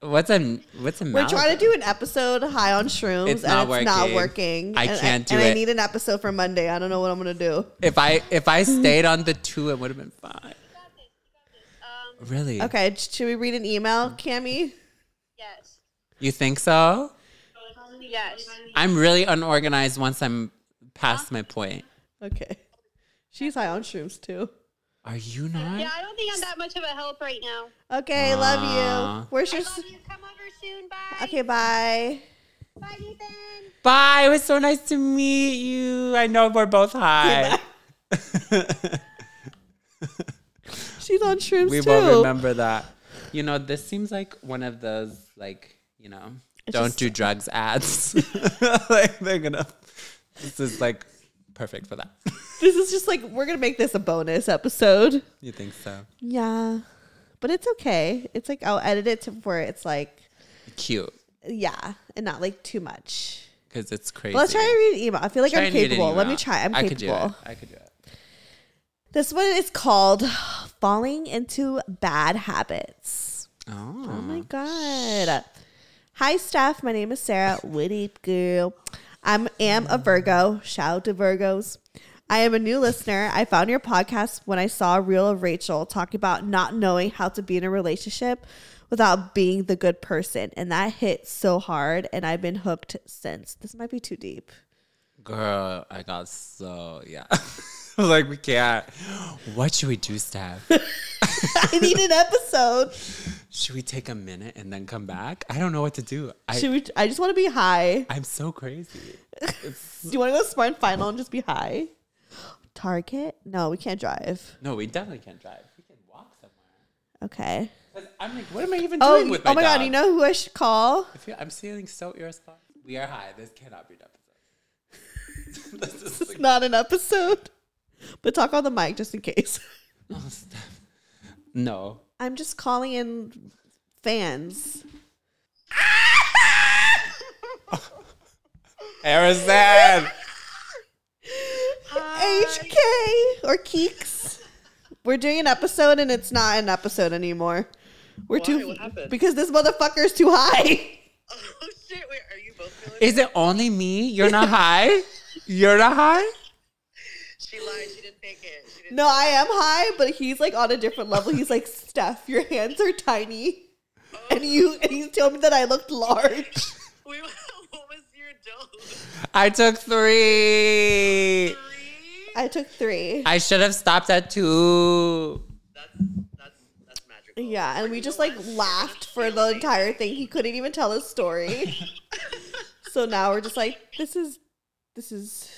Speaker 2: What's a what's a
Speaker 3: We're
Speaker 2: Malibu?
Speaker 3: trying to do an episode high on shrooms
Speaker 2: It's
Speaker 3: and
Speaker 2: not
Speaker 3: it's not
Speaker 2: working.
Speaker 3: working.
Speaker 2: I
Speaker 3: And
Speaker 2: can't do
Speaker 3: and I
Speaker 2: it.
Speaker 3: need an episode for Monday. I don't know what I'm gonna do.
Speaker 2: if I if I stayed on the two, it would have been fine.
Speaker 5: Um,
Speaker 2: Really?
Speaker 3: Okay, sh- should we read an email, Cammy?
Speaker 5: yes.
Speaker 2: You think so?
Speaker 5: Yes.
Speaker 2: I'm really unorganized once I'm past my point.
Speaker 3: Okay. She's high on shrooms too.
Speaker 2: Are you not?
Speaker 5: Yeah, I don't think I'm that much of a help right now.
Speaker 3: Okay, love you.
Speaker 2: Aw.
Speaker 3: Where's your?
Speaker 5: I
Speaker 3: s-
Speaker 5: love you. Come over soon. Bye.
Speaker 3: Okay, bye.
Speaker 5: Bye, Ethan.
Speaker 2: Bye. It was so nice to meet you. I know we're both high.
Speaker 3: She's on shrooms
Speaker 2: we
Speaker 3: too.
Speaker 2: will remember that. You know, this seems like one of those like you know, don't
Speaker 3: just-
Speaker 2: do drugs ads. like they're gonna. This is like perfect for that.
Speaker 3: This is just like we're gonna make this a bonus episode.
Speaker 2: you think so?
Speaker 3: Yeah, but it's okay. It's like I'll edit it to where it's like
Speaker 2: Cute
Speaker 3: yeah, and not like too much.
Speaker 2: because it's crazy.
Speaker 3: But let's try to read an email. I feel like
Speaker 2: Try
Speaker 3: I'm
Speaker 2: and read an
Speaker 3: capable. Let me
Speaker 2: email.
Speaker 3: try. I'm
Speaker 2: I Could do
Speaker 3: capable.
Speaker 2: it. I could do it.
Speaker 3: This one is called Falling into Bad Habits.
Speaker 2: Oh,
Speaker 3: Oh my God. Hi, staff. My name is Sarah. Witty girl. I am a Virgo. Shout out to Virgos. I am a new listener. I found your podcast when I saw a reel of Rachel talking about not knowing how to be in a relationship without being the good person. And that hit so hard. And I've been hooked since. This might be too deep.
Speaker 2: girl, I got so yeah. I was like, we can't. What should we do, Steph?
Speaker 3: I need an episode.
Speaker 2: should we take a minute and then come back? I don't know what to do. I
Speaker 3: Should we? I just want to be high.
Speaker 2: I'm so crazy.
Speaker 3: Do you want to go smart and final and just be high? Target? No, we can't drive.
Speaker 2: No, we definitely can't drive. We can walk somewhere.
Speaker 3: Okay.
Speaker 2: 'Cause I'm like, what am I even
Speaker 3: Oh,
Speaker 2: doing with my
Speaker 3: oh my god!
Speaker 2: dog?
Speaker 3: You know who I should call?
Speaker 2: I feel, I'm feeling so irresponsible. We are high. This cannot be an episode. this is like,
Speaker 3: It's not an episode, but talk on the mic just in case.
Speaker 2: oh, Steph. No.
Speaker 3: I'm just calling in fans.
Speaker 2: Harrison!
Speaker 3: HK or Keeks. We're doing an episode and it's not an episode anymore. We're too
Speaker 6: What happened?
Speaker 3: because this motherfucker's too high.
Speaker 6: Oh shit! Wait, are you both feeling?
Speaker 2: Is it only me? You're not high? You're not high?
Speaker 6: She lied. She didn't take it. She didn't.
Speaker 3: No, I am high, but he's like on a different level. He's like, Steph, your hands are tiny. And you and you told me that I looked large.
Speaker 6: Wait, what was your dose?
Speaker 2: I took three.
Speaker 6: Three.
Speaker 3: I took three.
Speaker 2: I should have stopped at two.
Speaker 6: That's that's that's magical.
Speaker 3: Yeah, and we just like laughed for the entire thing. He couldn't even tell his story. so now we're just like, this is this is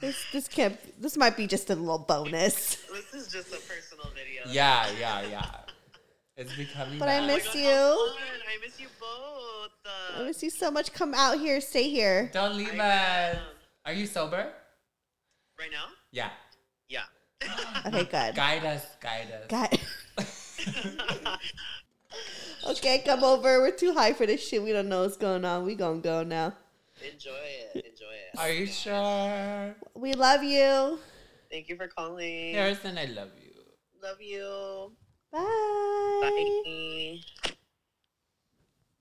Speaker 3: this this can't this might be just a little bonus.
Speaker 6: This is just a personal video.
Speaker 2: Yeah, yeah, yeah. It's becoming.
Speaker 3: But I
Speaker 2: that.
Speaker 3: miss you.
Speaker 6: Fun.
Speaker 5: Um,
Speaker 6: I miss you both.
Speaker 3: I
Speaker 6: Uh,
Speaker 3: miss you so much. Come out here, stay here.
Speaker 2: Don't leave us. Are you sober?
Speaker 6: um, right now?
Speaker 2: Yeah.
Speaker 6: Yeah.
Speaker 3: Okay, good.
Speaker 2: Guide us. Guide us.
Speaker 3: Got okay, come over. We're too high for this shit. We don't know what's going on. We gonna go now.
Speaker 6: Enjoy it. Enjoy it.
Speaker 2: Are you sure?
Speaker 3: We love you.
Speaker 6: Thank you for calling.
Speaker 2: Harrison, I love you.
Speaker 6: Love you.
Speaker 3: Bye.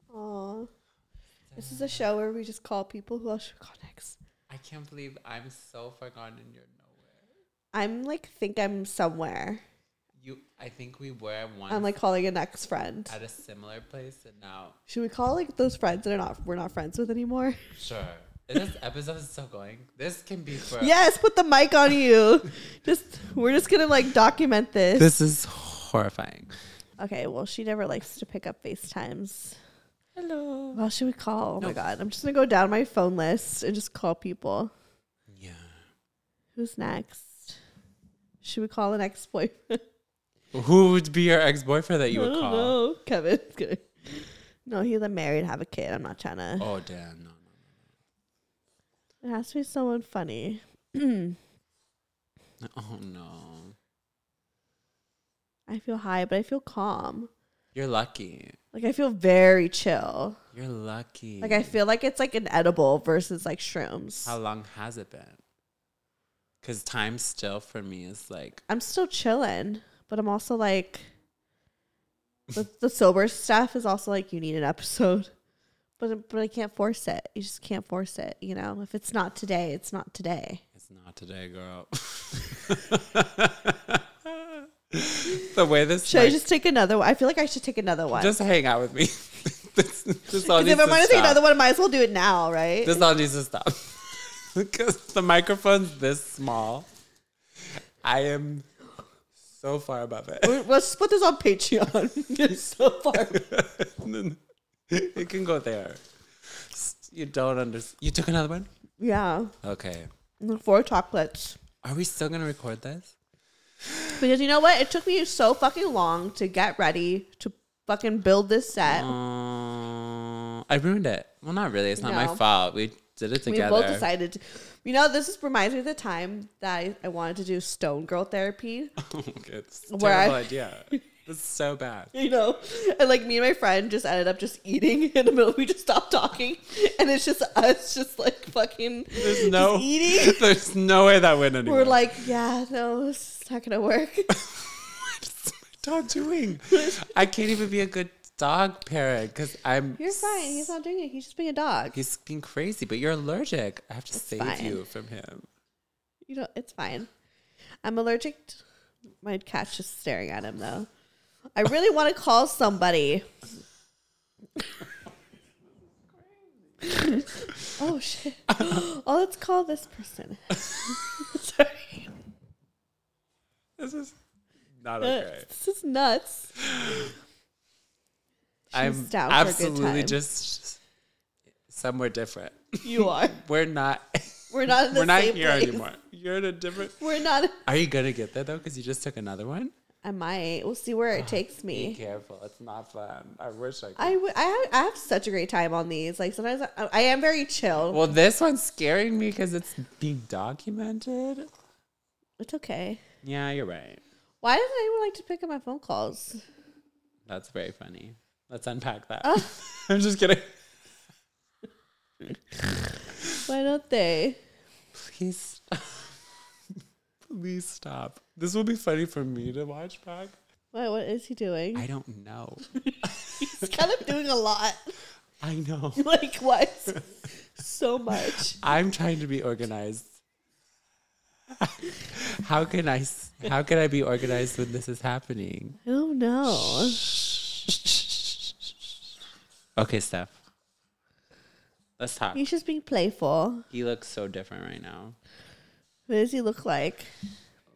Speaker 6: Bye.
Speaker 3: Aw. This is a show where we just call people. Who else should we call next?
Speaker 2: I can't believe I'm so forgotten. You're nowhere.
Speaker 3: I'm like think I'm somewhere.
Speaker 2: You. I think we were once
Speaker 3: I'm like calling an ex friend.
Speaker 2: at a similar place, and now
Speaker 3: Should we call like those friends that are not we're not friends with anymore?
Speaker 2: sure. Is this episode still going? This can be for.
Speaker 3: Yes, put the mic on you. just we're just gonna like document this.
Speaker 2: This is horrifying.
Speaker 3: Okay, well, she never likes to pick up FaceTimes. Hello. Well, should we call? Oh my God. I'm just going to go down my phone list and just call people.
Speaker 2: Yeah.
Speaker 3: Who's next? Should we call an ex boyfriend?
Speaker 2: Who would be your ex boyfriend that you would call?
Speaker 3: No, Kevin. Kidding. No, he's a married, have a kid. I'm not trying to.
Speaker 2: Oh damn! No,
Speaker 3: It has to be someone funny.
Speaker 2: no. Oh no!
Speaker 3: I feel high, but I feel calm.
Speaker 2: You're lucky.
Speaker 3: Like, I feel very chill.
Speaker 2: You're lucky.
Speaker 3: Like, I feel like it's like an edible versus like shrooms.
Speaker 2: How long has it been? Because time still for me is like
Speaker 3: I'm still chilling, but I'm also like, the, the sober stuff is also like you need an episode, but but I can't force it. You just can't force it. You know, if it's not today, it's not today.
Speaker 2: It's not today, girl. the way this
Speaker 3: Should I
Speaker 2: like,
Speaker 3: just take another one? I feel like I should take another one.
Speaker 2: just hang out with me. this, this all
Speaker 3: Because
Speaker 2: needs
Speaker 3: if I'm
Speaker 2: to
Speaker 3: gonna take
Speaker 2: stop.
Speaker 3: another one, I might as well do it now, right?
Speaker 2: This all needs to stop because the microphone's this small. I am so far above it.
Speaker 3: Let's put this on Patreon. It's so far.
Speaker 2: it can go there. You don't understand. You took another one.
Speaker 3: Yeah,
Speaker 2: Okay.
Speaker 3: four chocolates.
Speaker 2: Are we still gonna record this?
Speaker 3: Because you know what? It took me so fucking long to get ready to fucking build this set.
Speaker 2: Uh, I ruined it. Well, not really. It's not
Speaker 3: No.
Speaker 2: my fault. We did it
Speaker 3: we
Speaker 2: together.
Speaker 3: both decided. To, you know, this is, reminds me of the time that I, I wanted to do Stone Girl therapy.
Speaker 2: Okay, it's a
Speaker 3: Where I-
Speaker 2: terrible idea. It's so bad.
Speaker 3: You know, and like me and my friend just ended up just eating in the middle. We just stopped talking, and it's just us, just like fucking
Speaker 2: There's no
Speaker 3: just eating.
Speaker 2: There's no way that went anywhere.
Speaker 3: We're like, yeah, no, this is not gonna work.
Speaker 2: What's my dog doing? I can't even be a good dog parent because I'm.
Speaker 3: You're fine. He's not doing it. He's just being a dog.
Speaker 2: He's being crazy, but you're allergic. I have to save
Speaker 3: fine.
Speaker 2: you from him.
Speaker 3: You know, it's fine. I'm allergic. To, my cat's just staring at him though. I really want to call somebody. oh shit! Oh, let's call this person. Sorry,
Speaker 2: This is not okay.
Speaker 3: this is nuts.
Speaker 2: I'm
Speaker 3: down for a good
Speaker 2: absolutely
Speaker 3: time.
Speaker 2: just somewhere different.
Speaker 3: You are.
Speaker 2: We're not.
Speaker 3: We're not. In the
Speaker 2: We're not
Speaker 3: same
Speaker 2: here
Speaker 3: place.
Speaker 2: anymore. You're in a different.
Speaker 3: We're not.
Speaker 2: Are you gonna get there though? Because you just took another one.
Speaker 3: I might. We'll see where it takes
Speaker 2: Be
Speaker 3: me.
Speaker 2: careful. It's not fun. I wish I could.
Speaker 3: I, w- I, have, I have such a great time on these. Like sometimes I, I am very chill.
Speaker 2: well, this one's scaring me because it's being documented.
Speaker 3: it's okay.
Speaker 2: Yeah, you're right.
Speaker 3: Why doesn't anyone like to pick up my phone calls?
Speaker 2: That's very funny. Let's unpack that. I'm just kidding.
Speaker 3: Why don't they?
Speaker 2: Please stop. Please stop. This will be funny for me to watch back.
Speaker 3: Why, what is he doing?
Speaker 2: I don't know.
Speaker 3: He's kind of doing a lot.
Speaker 2: I know.
Speaker 3: Like what? so much.
Speaker 2: I'm trying to be organized. how can I s- how can I be organized when this is happening?
Speaker 3: I don't know.
Speaker 2: Okay, Steph. Let's talk.
Speaker 3: He's just being playful.
Speaker 2: He looks so different right now.
Speaker 3: What does he look like?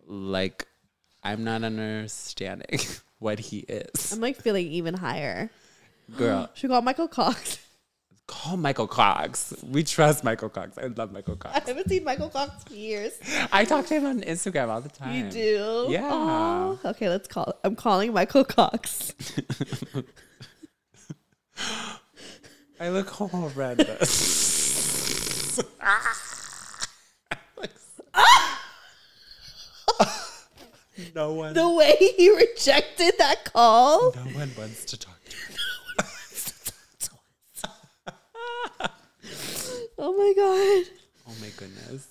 Speaker 2: Like I'm not understanding what he is.
Speaker 3: I'm like feeling even higher.
Speaker 2: Girl,
Speaker 3: Should we call Michael Cox?
Speaker 2: call Michael Cox. We trust Michael Cox. I love Michael
Speaker 3: I
Speaker 2: Cox.
Speaker 3: haven't seen Michael Cox in years.
Speaker 2: I talk to him on Instagram all the time.
Speaker 3: You do?
Speaker 2: Yeah.
Speaker 3: Aw. Okay, let's call. I'm calling Michael Cox.
Speaker 2: I look horrendous. no one,
Speaker 3: The way he rejected that call.
Speaker 2: no one wants to talk to me.
Speaker 3: Oh my god.
Speaker 2: Oh my goodness.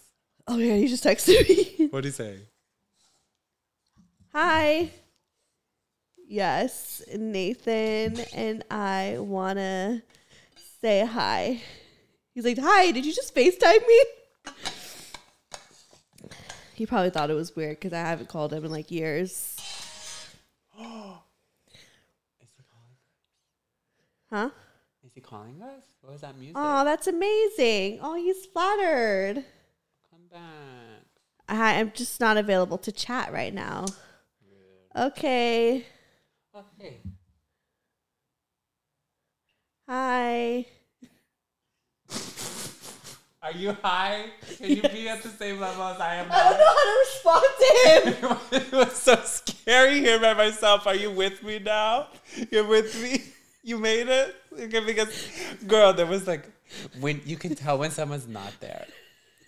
Speaker 3: Oh my god, he just texted me.
Speaker 2: What do you say?
Speaker 3: Hi. Yes, Nathan and I wanna say hi. He's like, Hi, did you just FaceTime me? He probably thought it was weird because I haven't called him in like years.
Speaker 2: Is he calling?
Speaker 3: Huh?
Speaker 2: Is he calling us? What was that music?
Speaker 3: Oh, that's amazing. Oh, he's flattered.
Speaker 2: Come back.
Speaker 3: I, I'm just not available to chat right now. Okay.
Speaker 2: Oh, hey.
Speaker 3: Hi.
Speaker 2: Are you high? Can you be at the same level as I am?
Speaker 3: I don't know how to respond to him.
Speaker 2: it was so scary here by myself. Are you with me now? You're with me. You made it Okay, because, girl, there was like when you can tell when someone's not there.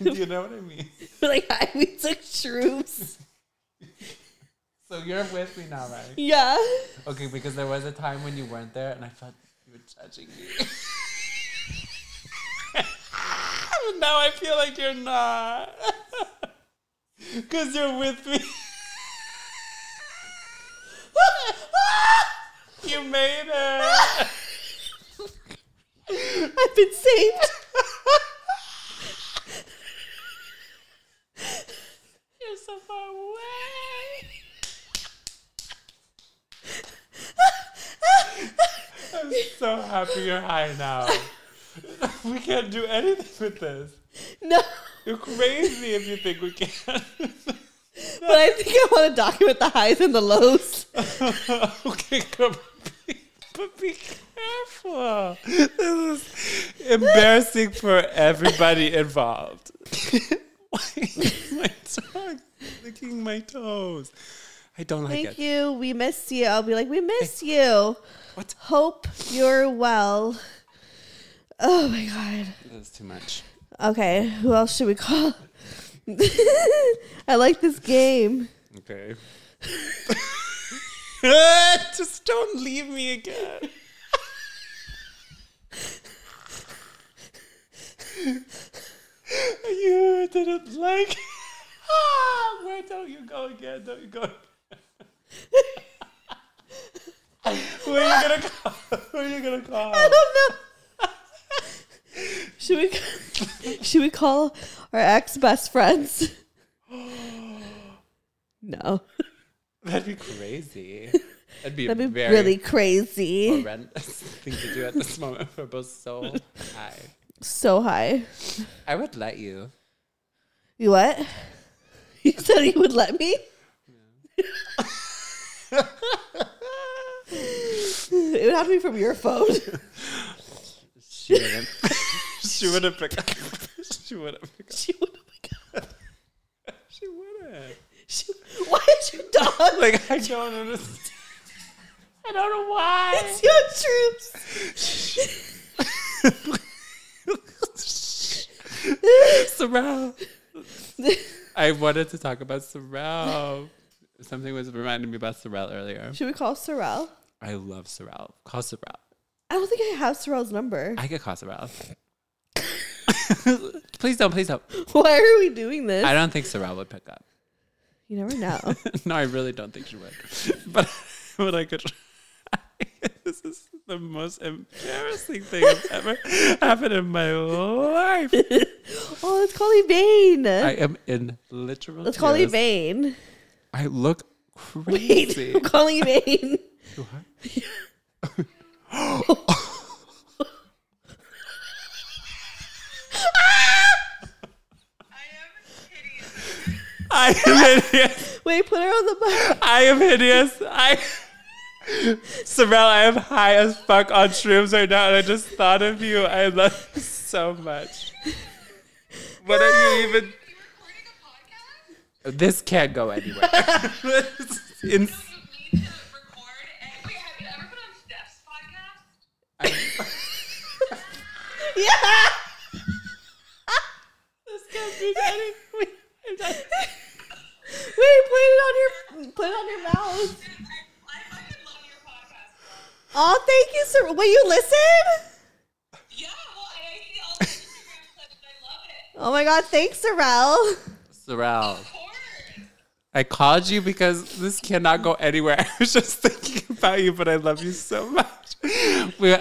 Speaker 2: you know what I mean?
Speaker 3: like hi, we took shrooms.
Speaker 2: So you're with me now, right?
Speaker 3: Yeah.
Speaker 2: Okay, because there was a time when you weren't there, and I felt you were judging me. And now I feel like you're not, because you're with me. you made it.
Speaker 3: I've been saved.
Speaker 7: You're so far away.
Speaker 2: I'm so happy you're high now. We can't do anything with this.
Speaker 3: No,
Speaker 2: You're crazy if you think we can.
Speaker 3: but I think I want to document the highs and the lows.
Speaker 2: okay, come on. But be careful. This is embarrassing for everybody involved. my tongue, licking my toes. I don't like
Speaker 3: Thank
Speaker 2: it.
Speaker 3: you. We missed you. I'll be like, we missed you.
Speaker 2: What?
Speaker 3: Hope you're well. Oh my god.
Speaker 2: That's too much.
Speaker 3: Okay, who else should we call? I like this game.
Speaker 2: Okay. Just don't leave me again. you didn't like. Ah, Where don't you go again? Don't you go? again. Who are you gonna call? Who are you gonna call?
Speaker 3: I don't know. should we should we call our ex best friends? No,
Speaker 2: That'd be crazy. That'd be,
Speaker 3: that'd be
Speaker 2: very
Speaker 3: really crazy.
Speaker 2: horrendous thing to do at this moment. We're both so high.
Speaker 3: So high.
Speaker 2: I would let you.
Speaker 3: You what? You said you would let me. it would have to be from your phone.
Speaker 2: She wouldn't. she wouldn't pick up. She wouldn't pick up.
Speaker 3: She would. oh
Speaker 2: She wouldn't.
Speaker 3: She, why is your dog?
Speaker 2: Like I don't understand. I don't know why.
Speaker 3: It's your troops.
Speaker 2: Surround. I wanted to talk about Sorrel. Something was reminding me about Sorrel earlier.
Speaker 3: Should we call Sorrel?
Speaker 2: I love Sorrel. Call Sorrel.
Speaker 3: I don't think I have Sorrel's number.
Speaker 2: I could call Sorrel. please don't. Please don't.
Speaker 3: Why are we doing this?
Speaker 2: I don't think Sorrel would pick up.
Speaker 3: you never know.
Speaker 2: no, I really don't think she would. But but I could. this is the most embarrassing thing that's ever happened in my life.
Speaker 3: oh, let's call Evane.
Speaker 2: I am in literal.
Speaker 3: Let's call
Speaker 2: tears.
Speaker 3: Evane.
Speaker 2: I look
Speaker 3: Wait,
Speaker 2: crazy.
Speaker 3: I'm calling Evane.
Speaker 2: I am hideous.
Speaker 3: Wait, put her on the bus.
Speaker 2: I am hideous. I. Sorrel, I am high as fuck on shrooms right now, and I just thought of you. I love you so much. What are you even? This can't go anywhere. This is ins-
Speaker 3: Wait, put it on your put it on your mouth. Oh, thank you, sir. Will you listen? Oh my God, thanks, Sorrel.
Speaker 2: Sorrel. I called you because this cannot go anywhere. I was just thinking about you, but I love you so much. We-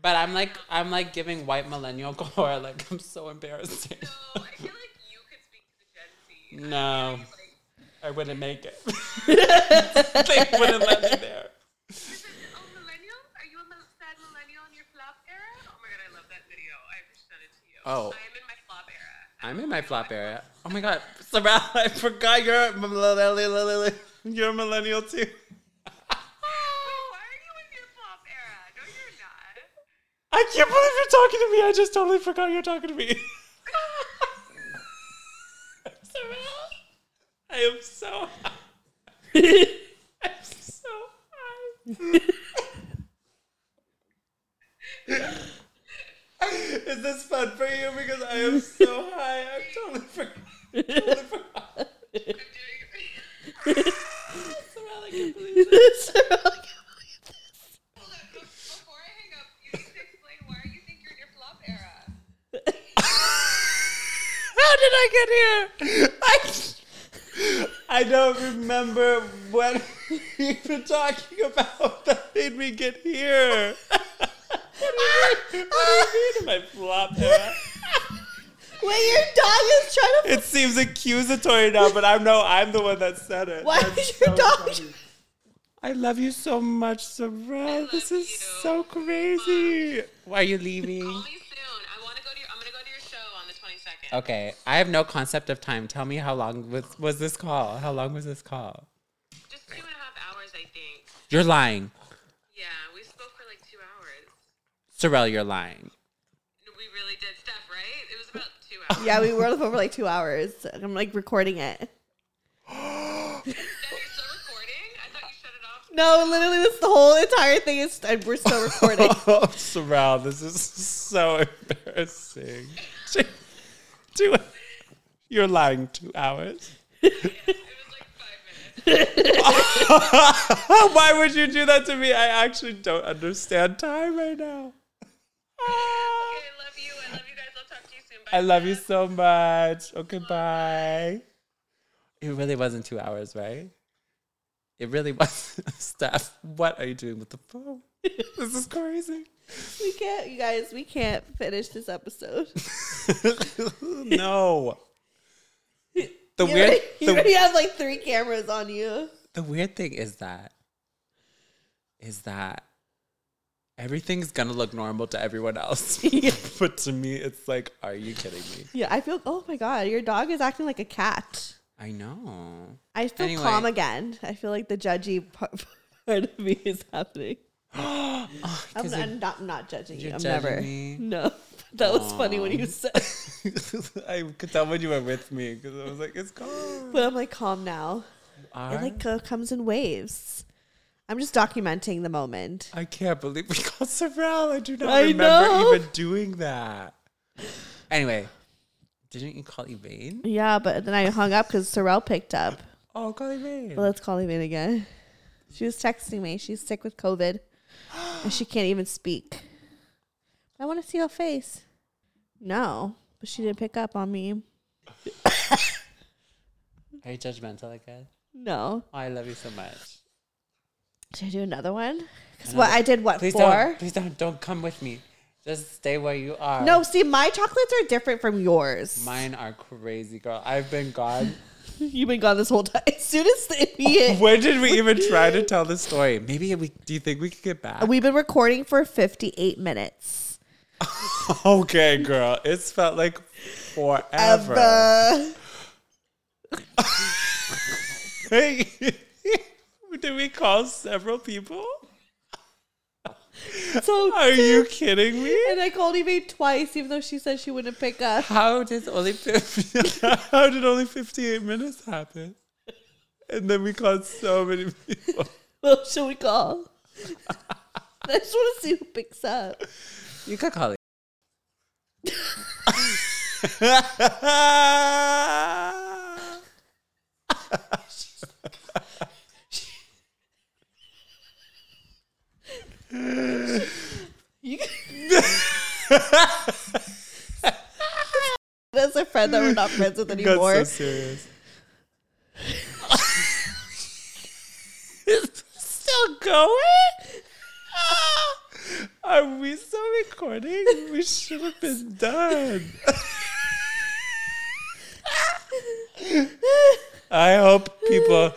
Speaker 2: but I'm like I'm like giving white millennial core. Like I'm so embarrassing.
Speaker 4: Oh,
Speaker 2: No, I wouldn't make it. they wouldn't let me there.
Speaker 4: Oh
Speaker 2: Oh.
Speaker 4: I'm in my flop era.
Speaker 2: I'm in my flop area. Oh my god, Sorrel! I forgot you're a millennial. You're a millennial too.
Speaker 4: Why are you in your flop era? No, you're not.
Speaker 2: I can't believe you're talking to me. I just totally forgot you're talking to me. I am so high. I'm so high. Is this fun for you? Because I am so high. I'm totally forgot. Totally forgot. Sorrel, I can't believe it.
Speaker 3: Sorrel.
Speaker 4: Hold up, be- before I hang up, you need to explain why you think you're in your flop era.
Speaker 2: How did I get here? I, I I don't remember what we were talking about that made me get here. what do you mean? What do you mean? My flop era.
Speaker 3: Wait, your dog is trying to.
Speaker 2: It seems accusatory now, but I know I'm the one that said it.
Speaker 3: Why
Speaker 2: That's
Speaker 3: is your
Speaker 2: so
Speaker 3: dog-
Speaker 2: funny. I love you so much, Sarah. This is so crazy. Why are you leaving?
Speaker 4: Call me soon. I want to go to your. I'm gonna go to your show on the 22nd.
Speaker 2: Okay, I have no concept of time. Tell me how long was, was this call? How long was this call?
Speaker 4: Just two and a half hours, I think.
Speaker 2: You're lying.
Speaker 4: Yeah, we spoke for like two hours.
Speaker 2: Sorrel, you're lying.
Speaker 4: We really did stuff, right? It was about two hours.
Speaker 3: Yeah, we were on the phone for like two hours. And I'm like recording it.
Speaker 4: Now you're still recording? I thought you shut it off.
Speaker 3: No, literally, this the whole entire thing is. And we're still recording.
Speaker 2: Oh, Sorrel, this is so embarrassing. Two, you're lying two hours.
Speaker 4: It was like five minutes.
Speaker 2: Oh, Why would you do that to me? I actually don't understand time right now.
Speaker 4: Okay, I love you. I love you guys. I'll talk to you soon. Bye.
Speaker 2: I love you so much. Okay, bye. It really wasn't two hours, right? It really was. Steph, what are you doing with the phone? this is crazy.
Speaker 3: we can't, you guys. We can't finish this episode.
Speaker 2: no. The
Speaker 3: You
Speaker 2: weird,
Speaker 3: already, you already
Speaker 2: the,
Speaker 3: have like three cameras on you.
Speaker 2: the weird thing is that, is that everything's gonna look normal to everyone else, but to me, it's like, are you kidding me?
Speaker 3: Yeah, I feel. Oh my god, your dog is acting like a cat.
Speaker 2: I know.
Speaker 3: I feel
Speaker 2: Anyway.
Speaker 3: calm again. I feel like the judgy part, part of me is happening. I'm,
Speaker 2: 'Cause
Speaker 3: not,
Speaker 2: it-
Speaker 3: I'm not, not judging you.
Speaker 2: You're
Speaker 3: I'm
Speaker 2: judging
Speaker 3: never.
Speaker 2: me?
Speaker 3: No, that was funny when you said.
Speaker 2: I could tell when you were with me because I was like, it's cold.
Speaker 3: But I'm like calm now. It like co- comes in waves. I'm just documenting the moment.
Speaker 2: I can't believe we got Sorrel. I do not
Speaker 3: I
Speaker 2: remember
Speaker 3: know.
Speaker 2: even doing that. Anyway, didn't you call Elaine?
Speaker 3: Yeah, but then I hung up because Sorrel picked up.
Speaker 2: Oh, call Elaine.
Speaker 3: Well, let's call Evan again. She was texting me. She's sick with COVID, and she can't even speak. I want to see her face. No, but she didn't pick up on me.
Speaker 2: Are you judgmental again?
Speaker 3: No.
Speaker 2: Oh, I love you so much.
Speaker 3: Should I do another one? Because what I did, what
Speaker 2: Please
Speaker 3: for?
Speaker 2: don't. Please don't. Don't come with me. Just stay where you are.
Speaker 3: No, see, my chocolates are different from yours.
Speaker 2: Mine are crazy, girl. I've been gone.
Speaker 3: You've been gone this whole time. As soon as
Speaker 2: Oh,
Speaker 3: the idiot,
Speaker 2: when did we even try to tell the story? Maybe we. Do you think we could get back?
Speaker 3: we've been recording for fifty-eight minutes.
Speaker 2: Okay, girl. It's felt like forever.
Speaker 3: Ever.
Speaker 2: Hey, did we call several people?
Speaker 3: So
Speaker 2: Are you kidding me?
Speaker 3: and I called Eve twice, even though she said she wouldn't pick up.
Speaker 2: How did only 50, how did only fifty eight minutes happen? And then we called so many people.
Speaker 3: Well, should we call? I just want to see who picks up.
Speaker 2: You could call it.
Speaker 3: There's a friend that we're not friends with anymore.
Speaker 2: Got so serious. Still going? Are we still recording? We should have been done. I hope people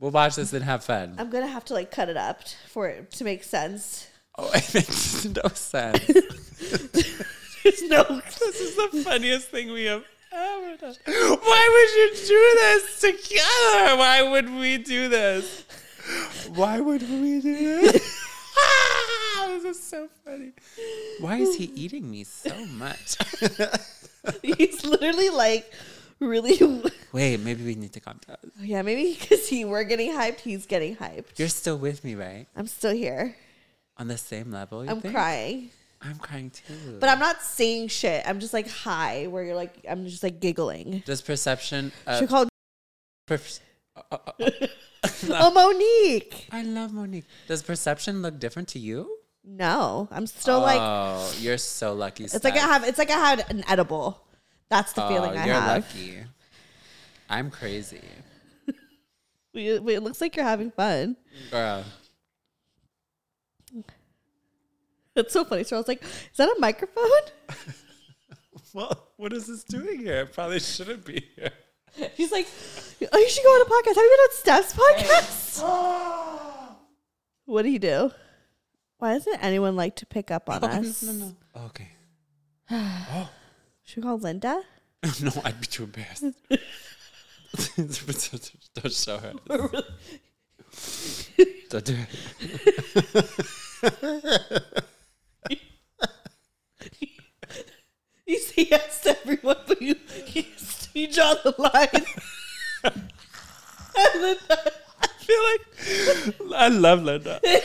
Speaker 2: will watch this and have fun.
Speaker 3: I'm gonna have to like cut it up t- for it to make sense.
Speaker 2: Oh, it makes no sense.
Speaker 3: There's no.
Speaker 2: This is the funniest thing we have ever done. Why would you do this together? Why would we do this? Why would we do this? this is so funny. Why is he eating me so much?
Speaker 3: He's literally like really.
Speaker 2: Wait, maybe we need to calm down.
Speaker 3: yeah, maybe because he we're getting hyped, he's getting hyped.
Speaker 2: You're still with me, right?
Speaker 3: I'm still here.
Speaker 2: On the same level. you
Speaker 3: I'm
Speaker 2: think?
Speaker 3: crying,
Speaker 2: I'm crying too.
Speaker 3: but I'm not saying shit. I'm just like high, where you're like I'm just like giggling.
Speaker 2: just perception
Speaker 3: Should
Speaker 2: of.
Speaker 3: call
Speaker 2: perf-
Speaker 3: oh Monique.
Speaker 2: I love Monique. Does perception look different to you?
Speaker 3: No, I'm still like
Speaker 2: oh, you're so lucky.
Speaker 3: it's like I have it's like I had an Oh, edible. That's the feeling I
Speaker 2: you're
Speaker 3: have.
Speaker 2: lucky. I'm crazy.
Speaker 3: We, we- it looks like you're having fun.
Speaker 2: Girl.
Speaker 3: That's so funny. So I was like, is that a microphone?
Speaker 2: Well, what is this doing here? It probably shouldn't be here.
Speaker 3: He's like, oh, you should go on a podcast. Have you been on Steph's podcast? what do you do? Why doesn't anyone like to pick up on us?
Speaker 2: Okay.
Speaker 3: Should we call Linda?
Speaker 2: no, I'd be too embarrassed. Don't show her. Don't do it.
Speaker 3: You say yes to everyone, but you, you, you draw the line. and then
Speaker 2: I feel like I love Linda. I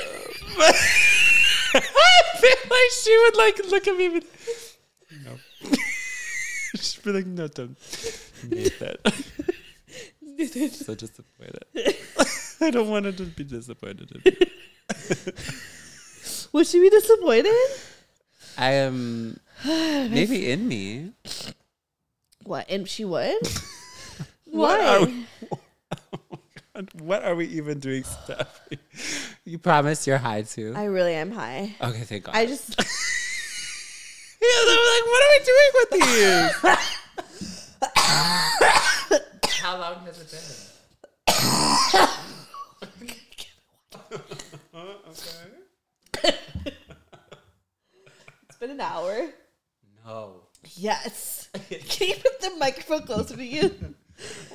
Speaker 2: feel like she would like look at me with no. She'd be like, no, don't make that. so disappointed. I don't want her to be disappointed. In me.
Speaker 3: would she be disappointed?
Speaker 2: I am maybe in me.
Speaker 3: What? And she would?
Speaker 2: What are
Speaker 3: Why?
Speaker 2: we, Oh my God, what are we even doing, Steph? You promise you're high too.
Speaker 3: I really am high.
Speaker 2: okay, thank God.
Speaker 3: I just
Speaker 2: Yeah, they were like, what are we doing with these? How long has it been?
Speaker 3: it's been an hour.
Speaker 2: No.
Speaker 3: Yes. Can you put the microphone closer to you?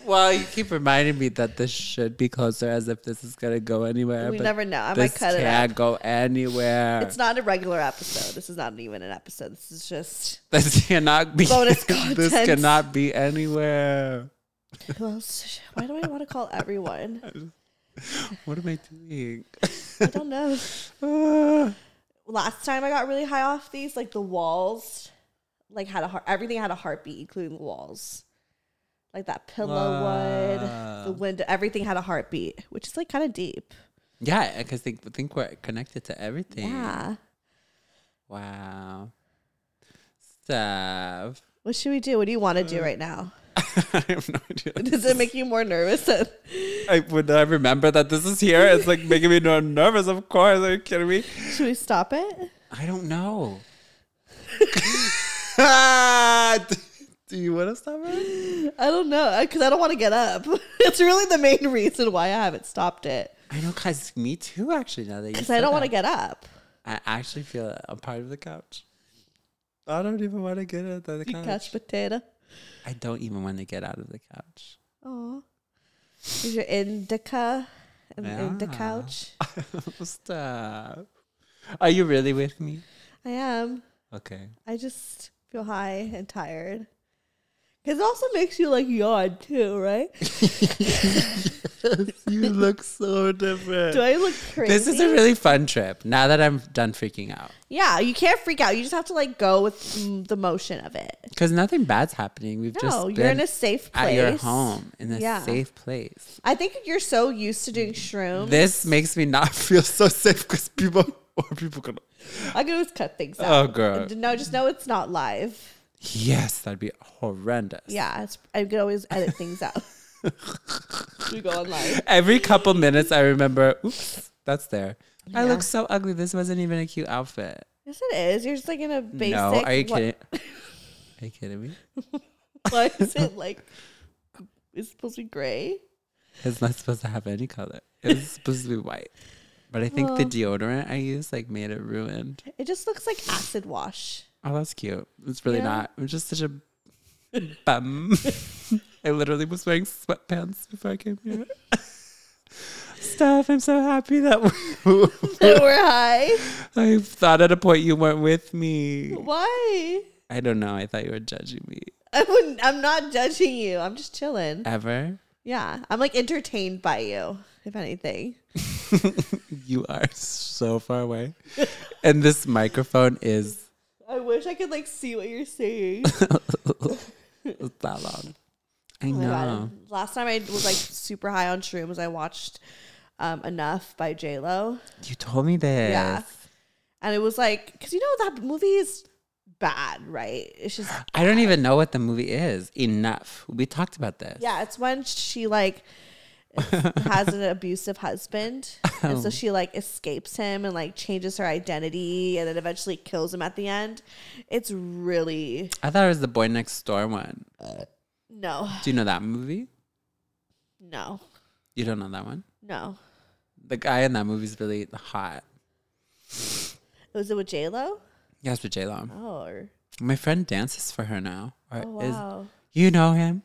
Speaker 2: Well, you keep reminding me that this should be closer as if this is going to go anywhere.
Speaker 3: we
Speaker 2: but
Speaker 3: never know. I might
Speaker 2: This
Speaker 3: cut it out.
Speaker 2: can't go anywhere.
Speaker 3: It's not a regular episode. This is not even an episode. This is just
Speaker 2: this cannot be.
Speaker 3: Bonus
Speaker 2: this
Speaker 3: content.
Speaker 2: cannot be anywhere.
Speaker 3: who else? Why do I want to call everyone?
Speaker 2: What am I doing?
Speaker 3: I don't know.
Speaker 2: Ah.
Speaker 3: Last time I got really high off these, like the walls, like had a heart. Everything had a heartbeat, including the walls. Like that pillow wood,
Speaker 2: Wow.
Speaker 3: the window. Everything had a heartbeat, which is like kind of deep.
Speaker 2: yeah, because think think we're connected to everything.
Speaker 3: Yeah.
Speaker 2: Wow. Steph.
Speaker 3: What should we do? What do you want to do right now?
Speaker 2: I have no idea.
Speaker 3: Does it make you more nervous? than-
Speaker 2: I when I remember that this is here, it's like making me more nervous. Of course, are you kidding me?
Speaker 3: Should we stop it?
Speaker 2: I don't know. Do you want to stop it?
Speaker 3: I don't know because I don't want to get up. It's really the main reason why I haven't stopped it
Speaker 2: I know, cause me too. Actually, now that you
Speaker 3: because I
Speaker 2: said
Speaker 3: don't want to
Speaker 2: that.
Speaker 3: get up
Speaker 2: I actually feel a part of the couch. I don't even want to get out of the
Speaker 3: you
Speaker 2: couch.
Speaker 3: couch potato.
Speaker 2: I don't even want to get out of the couch.
Speaker 3: Oh, is your indica and the indica
Speaker 2: Yeah.
Speaker 3: couch?
Speaker 2: Stop. Are you really with me?
Speaker 3: I am.
Speaker 2: Okay.
Speaker 3: I just feel high and tired. Cause it also makes you like yawn too, right?
Speaker 2: You look so different.
Speaker 3: Do I look crazy?
Speaker 2: This is a really fun trip. Now that I'm done freaking out,
Speaker 3: yeah. You can't freak out. You just have to like go with mm, the motion of it.
Speaker 2: because nothing bad's happening. We've just
Speaker 3: No, you're
Speaker 2: been
Speaker 3: in a safe place.
Speaker 2: at your home in a
Speaker 3: Yeah.
Speaker 2: safe place.
Speaker 3: I think you're so used to doing shrooms.
Speaker 2: This makes me not feel so safe because people or people gonna.
Speaker 3: I could always cut things out.
Speaker 2: Oh, girl.
Speaker 3: D- No, just know it's not live.
Speaker 2: Yes, that'd be horrendous.
Speaker 3: Yeah, it's, I could always edit things out. we go on live.
Speaker 2: Every couple minutes, I remember. Oops, that's there. I
Speaker 3: Yeah.
Speaker 2: look so ugly. This wasn't even a cute outfit.
Speaker 3: Yes, it is. You're just like in a basic.
Speaker 2: no, are you
Speaker 3: what-
Speaker 2: kidding? Are you kidding me?
Speaker 3: Why is it like? It's supposed to be gray.
Speaker 2: It's not supposed to have any color. It's supposed to be white. But I think the deodorant I used like made it ruined.
Speaker 3: It just looks like acid wash.
Speaker 2: Oh, that's cute. It's really
Speaker 3: Yeah.
Speaker 2: not. I'm just such a bum. I literally was wearing sweatpants before I came here. Steph, I'm so happy that we-
Speaker 3: That we're high.
Speaker 2: I thought at a point you weren't with me.
Speaker 3: Why?
Speaker 2: I don't know. I thought you were judging me.
Speaker 3: I wouldn't. I'm not judging you. I'm just chilling.
Speaker 2: Ever?
Speaker 3: Yeah, I'm like entertained by you. If anything,
Speaker 2: You are so far away. and this microphone is
Speaker 3: I wish I could like see what you're saying.
Speaker 2: that long. I
Speaker 3: Oh my God.
Speaker 2: know.
Speaker 3: Last time I was like super high on shrooms. I watched um, Enough by J Lo.
Speaker 2: You told me this.
Speaker 3: Yeah. And it was like, because you know that movie is bad, right? It's just,
Speaker 2: I don't even know what the movie is. Enough. We talked about this.
Speaker 3: yeah, it's when she like has an abusive husband, and
Speaker 2: Oh.
Speaker 3: so she like escapes him and like changes her identity, and then eventually kills him at the end. It's really
Speaker 2: I thought it was the boy next door one.
Speaker 3: no,
Speaker 2: Do you know that movie?
Speaker 3: no,
Speaker 2: You don't know that one?
Speaker 3: no.
Speaker 2: The guy in that movie is really hot.
Speaker 3: Was it with J Lo?
Speaker 2: Yes, with J Lo.
Speaker 3: Oh, or,
Speaker 2: My friend dances for her now. Or
Speaker 3: oh
Speaker 2: is-
Speaker 3: wow,
Speaker 2: you know him?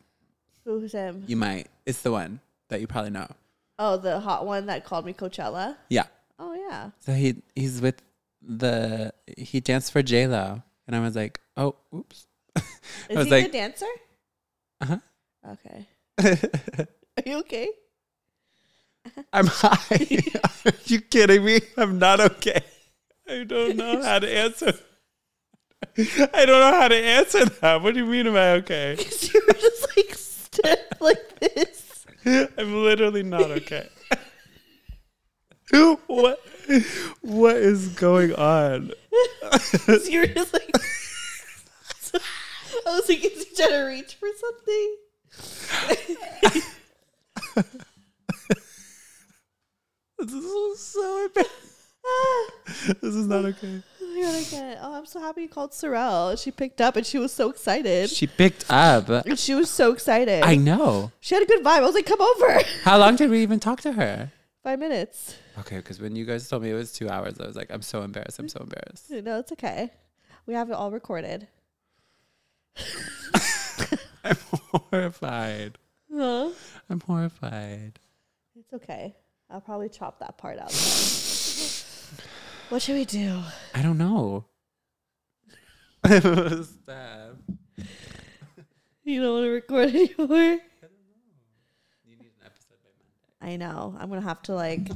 Speaker 3: who's him?
Speaker 2: You might. It's the one that you probably know.
Speaker 3: Oh, the hot one that called me Coachella.
Speaker 2: Yeah.
Speaker 3: Oh yeah,
Speaker 2: So he he's with the he danced for J Lo, and I was like, oh, oops. I
Speaker 3: is
Speaker 2: was
Speaker 3: he a
Speaker 2: like,
Speaker 3: good dancer?
Speaker 2: uh huh.
Speaker 3: Okay, are you okay?
Speaker 2: I'm high. Are you kidding me? I'm not okay. I don't know how to answer. I don't know how to answer that. What do you mean? Am I okay?
Speaker 3: Because you were just like stiff like this.
Speaker 2: I'm literally not okay. what? What is going on?
Speaker 3: So you were just like. I was like, is he trying to reach for something?
Speaker 2: This is so embarrassing.
Speaker 3: Ah,
Speaker 2: This is not okay.
Speaker 3: oh my god, I get it. Oh, I'm so happy you called Sorrel. She picked up and she was so excited.
Speaker 2: She picked up.
Speaker 3: And she was so excited.
Speaker 2: I know.
Speaker 3: she had a good vibe. I was like, come over.
Speaker 2: How long did we even talk to her?
Speaker 3: Five minutes.
Speaker 2: Okay, because when you guys told me it was two hours, I was like, I'm so embarrassed. I'm so embarrassed.
Speaker 3: No, it's okay. We have it all recorded.
Speaker 2: I'm horrified.
Speaker 3: Huh?
Speaker 2: I'm horrified.
Speaker 3: It's okay. I'll probably chop that part out. what should we do?
Speaker 2: I don't know. Stop.
Speaker 3: You don't want to record anymore. I know. I'm gonna have to like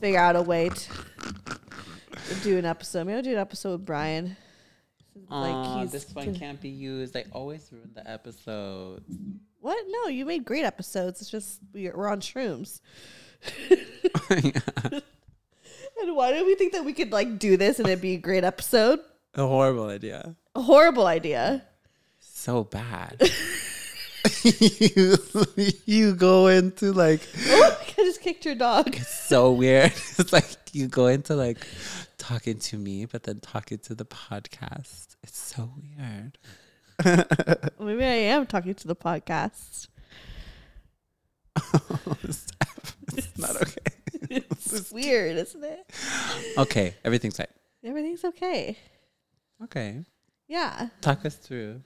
Speaker 3: figure out a way to do an episode. Maybe I'll do an episode with Brian.
Speaker 2: Aw,
Speaker 3: he's-
Speaker 2: this one can't be used. I always ruin the episode.
Speaker 3: What? No, you made great episodes. It's just we- we're on shrooms. And why did we think that we could like do this and it'd be a great episode?
Speaker 2: A horrible idea.
Speaker 3: A horrible idea.
Speaker 2: So bad. you, you go into like
Speaker 3: Oh, I just kicked your dog.
Speaker 2: so weird. It's like you go into like talking to me, but then talking to the podcast. It's so weird.
Speaker 3: Maybe I am talking to the podcast.
Speaker 2: Stop. It's not okay.
Speaker 3: It's weird, isn't it?
Speaker 2: okay, everything's fine.
Speaker 3: Everything's okay.
Speaker 2: Okay,
Speaker 3: Yeah.
Speaker 2: talk us through.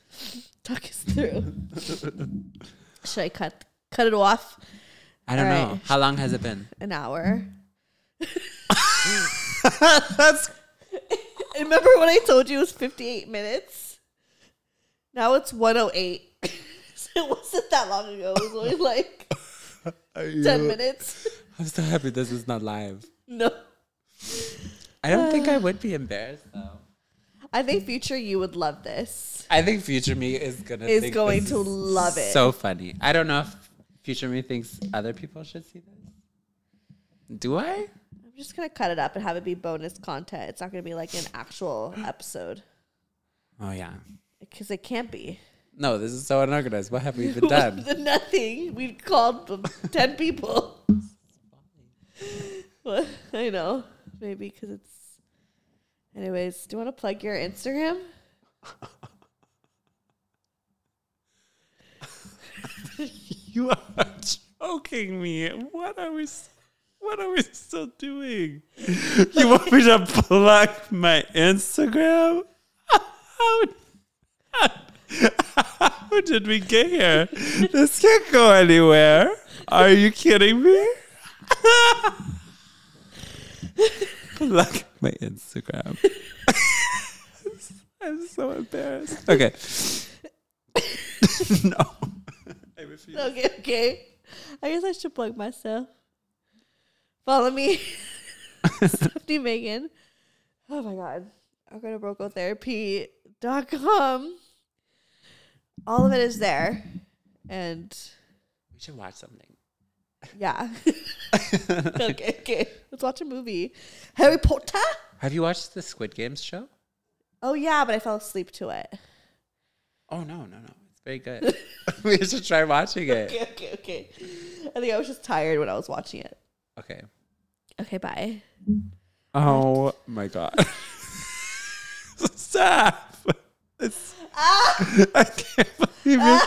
Speaker 3: Talk us through. Should I cut cut it off
Speaker 2: I don't
Speaker 3: All
Speaker 2: know.
Speaker 3: right.
Speaker 2: How long has it been?
Speaker 3: an hour?
Speaker 2: That's
Speaker 3: And Mm. Remember when I told you it was 58 minutes? Now it's 108. so it wasn't that long ago. It was only like 10 minutes.
Speaker 2: I'm so happy this is not live.
Speaker 3: No.
Speaker 2: I don't think
Speaker 3: Uh.
Speaker 2: I would be embarrassed though.
Speaker 3: I think future you would love this.
Speaker 2: I think future me is gonna
Speaker 3: Is
Speaker 2: think
Speaker 3: going
Speaker 2: this
Speaker 3: to
Speaker 2: is
Speaker 3: love it.
Speaker 2: So funny. I don't know if future me thinks other people should see this. Do I?
Speaker 3: I'm just going to cut it up and have it be bonus content. It's not going to be like an actual episode
Speaker 2: Oh yeah.
Speaker 3: because it can't be.
Speaker 2: No, this is so unorganized. What have we even done?
Speaker 3: Nothing. We called them 10 people. Well, I know. Maybe because it's. Anyways, do you want to plug your Instagram?
Speaker 2: You are joking me. What are we? s- What are we still doing? You want me to plug my Instagram? How, how, how did we get here? This can't go anywhere. Are you kidding me? plug my Instagram. I'm so embarrassed. Okay. no. I refuse.
Speaker 3: Okay, okay. I guess I should plug myself. Follow me, Stephanie Megan. Oh my god. I'll go to brocotherapy.com. All of it is there. And
Speaker 2: We should watch something.
Speaker 3: yeah. okay, okay. Let's watch a movie. Harry Potter?
Speaker 2: Have you watched the Squid Games show?
Speaker 3: Oh yeah, but I fell asleep to it.
Speaker 2: Oh no, no, no. It's Very good. we should try watching it.
Speaker 3: Okay, okay, okay. I think I was just tired when I was watching it.
Speaker 2: Okay.
Speaker 3: Okay, bye.
Speaker 2: Oh my god. Stop. It's, I can't believe you're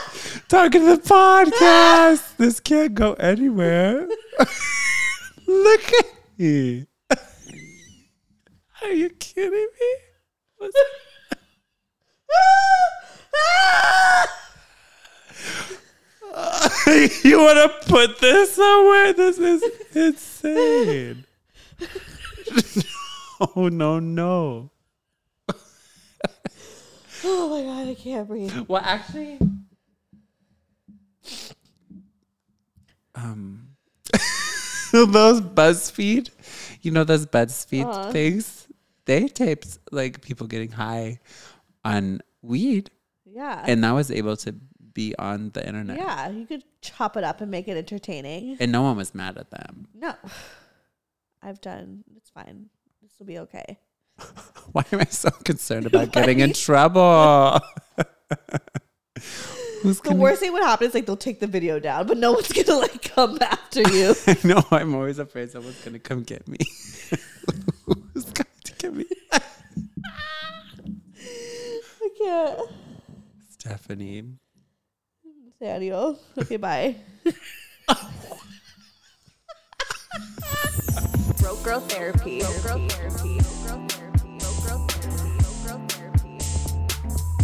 Speaker 2: talking to the podcast. This can't go anywhere. Look at me. Are you kidding me? What's- you want to put this somewhere? This is insane. Oh no no.
Speaker 3: Oh my god, I can't breathe.
Speaker 2: Well, actually, um, those BuzzFeed, you know those BuzzFeed
Speaker 3: Uh-huh.
Speaker 2: things, they taped like people getting high on weed,
Speaker 3: Yeah.
Speaker 2: and that was able to be on the internet,
Speaker 3: yeah, you could chop it up and make it entertaining.
Speaker 2: and no one was mad at them.
Speaker 3: No. I've done. It's fine. This will be okay.
Speaker 2: Why am I so concerned about getting in
Speaker 3: Right?
Speaker 2: trouble? Who's
Speaker 3: The worst thing would happen is like they'll take the video down, but no one's gonna like come after you.
Speaker 2: I know. I'm always afraid someone's gonna come get me. Who's coming to get me?
Speaker 3: I can't.
Speaker 2: Stephanie.
Speaker 3: Daniel. Okay, bye.
Speaker 1: Broke Girl Therapy. Broke Girl Therapy. Broke Girl Therapy.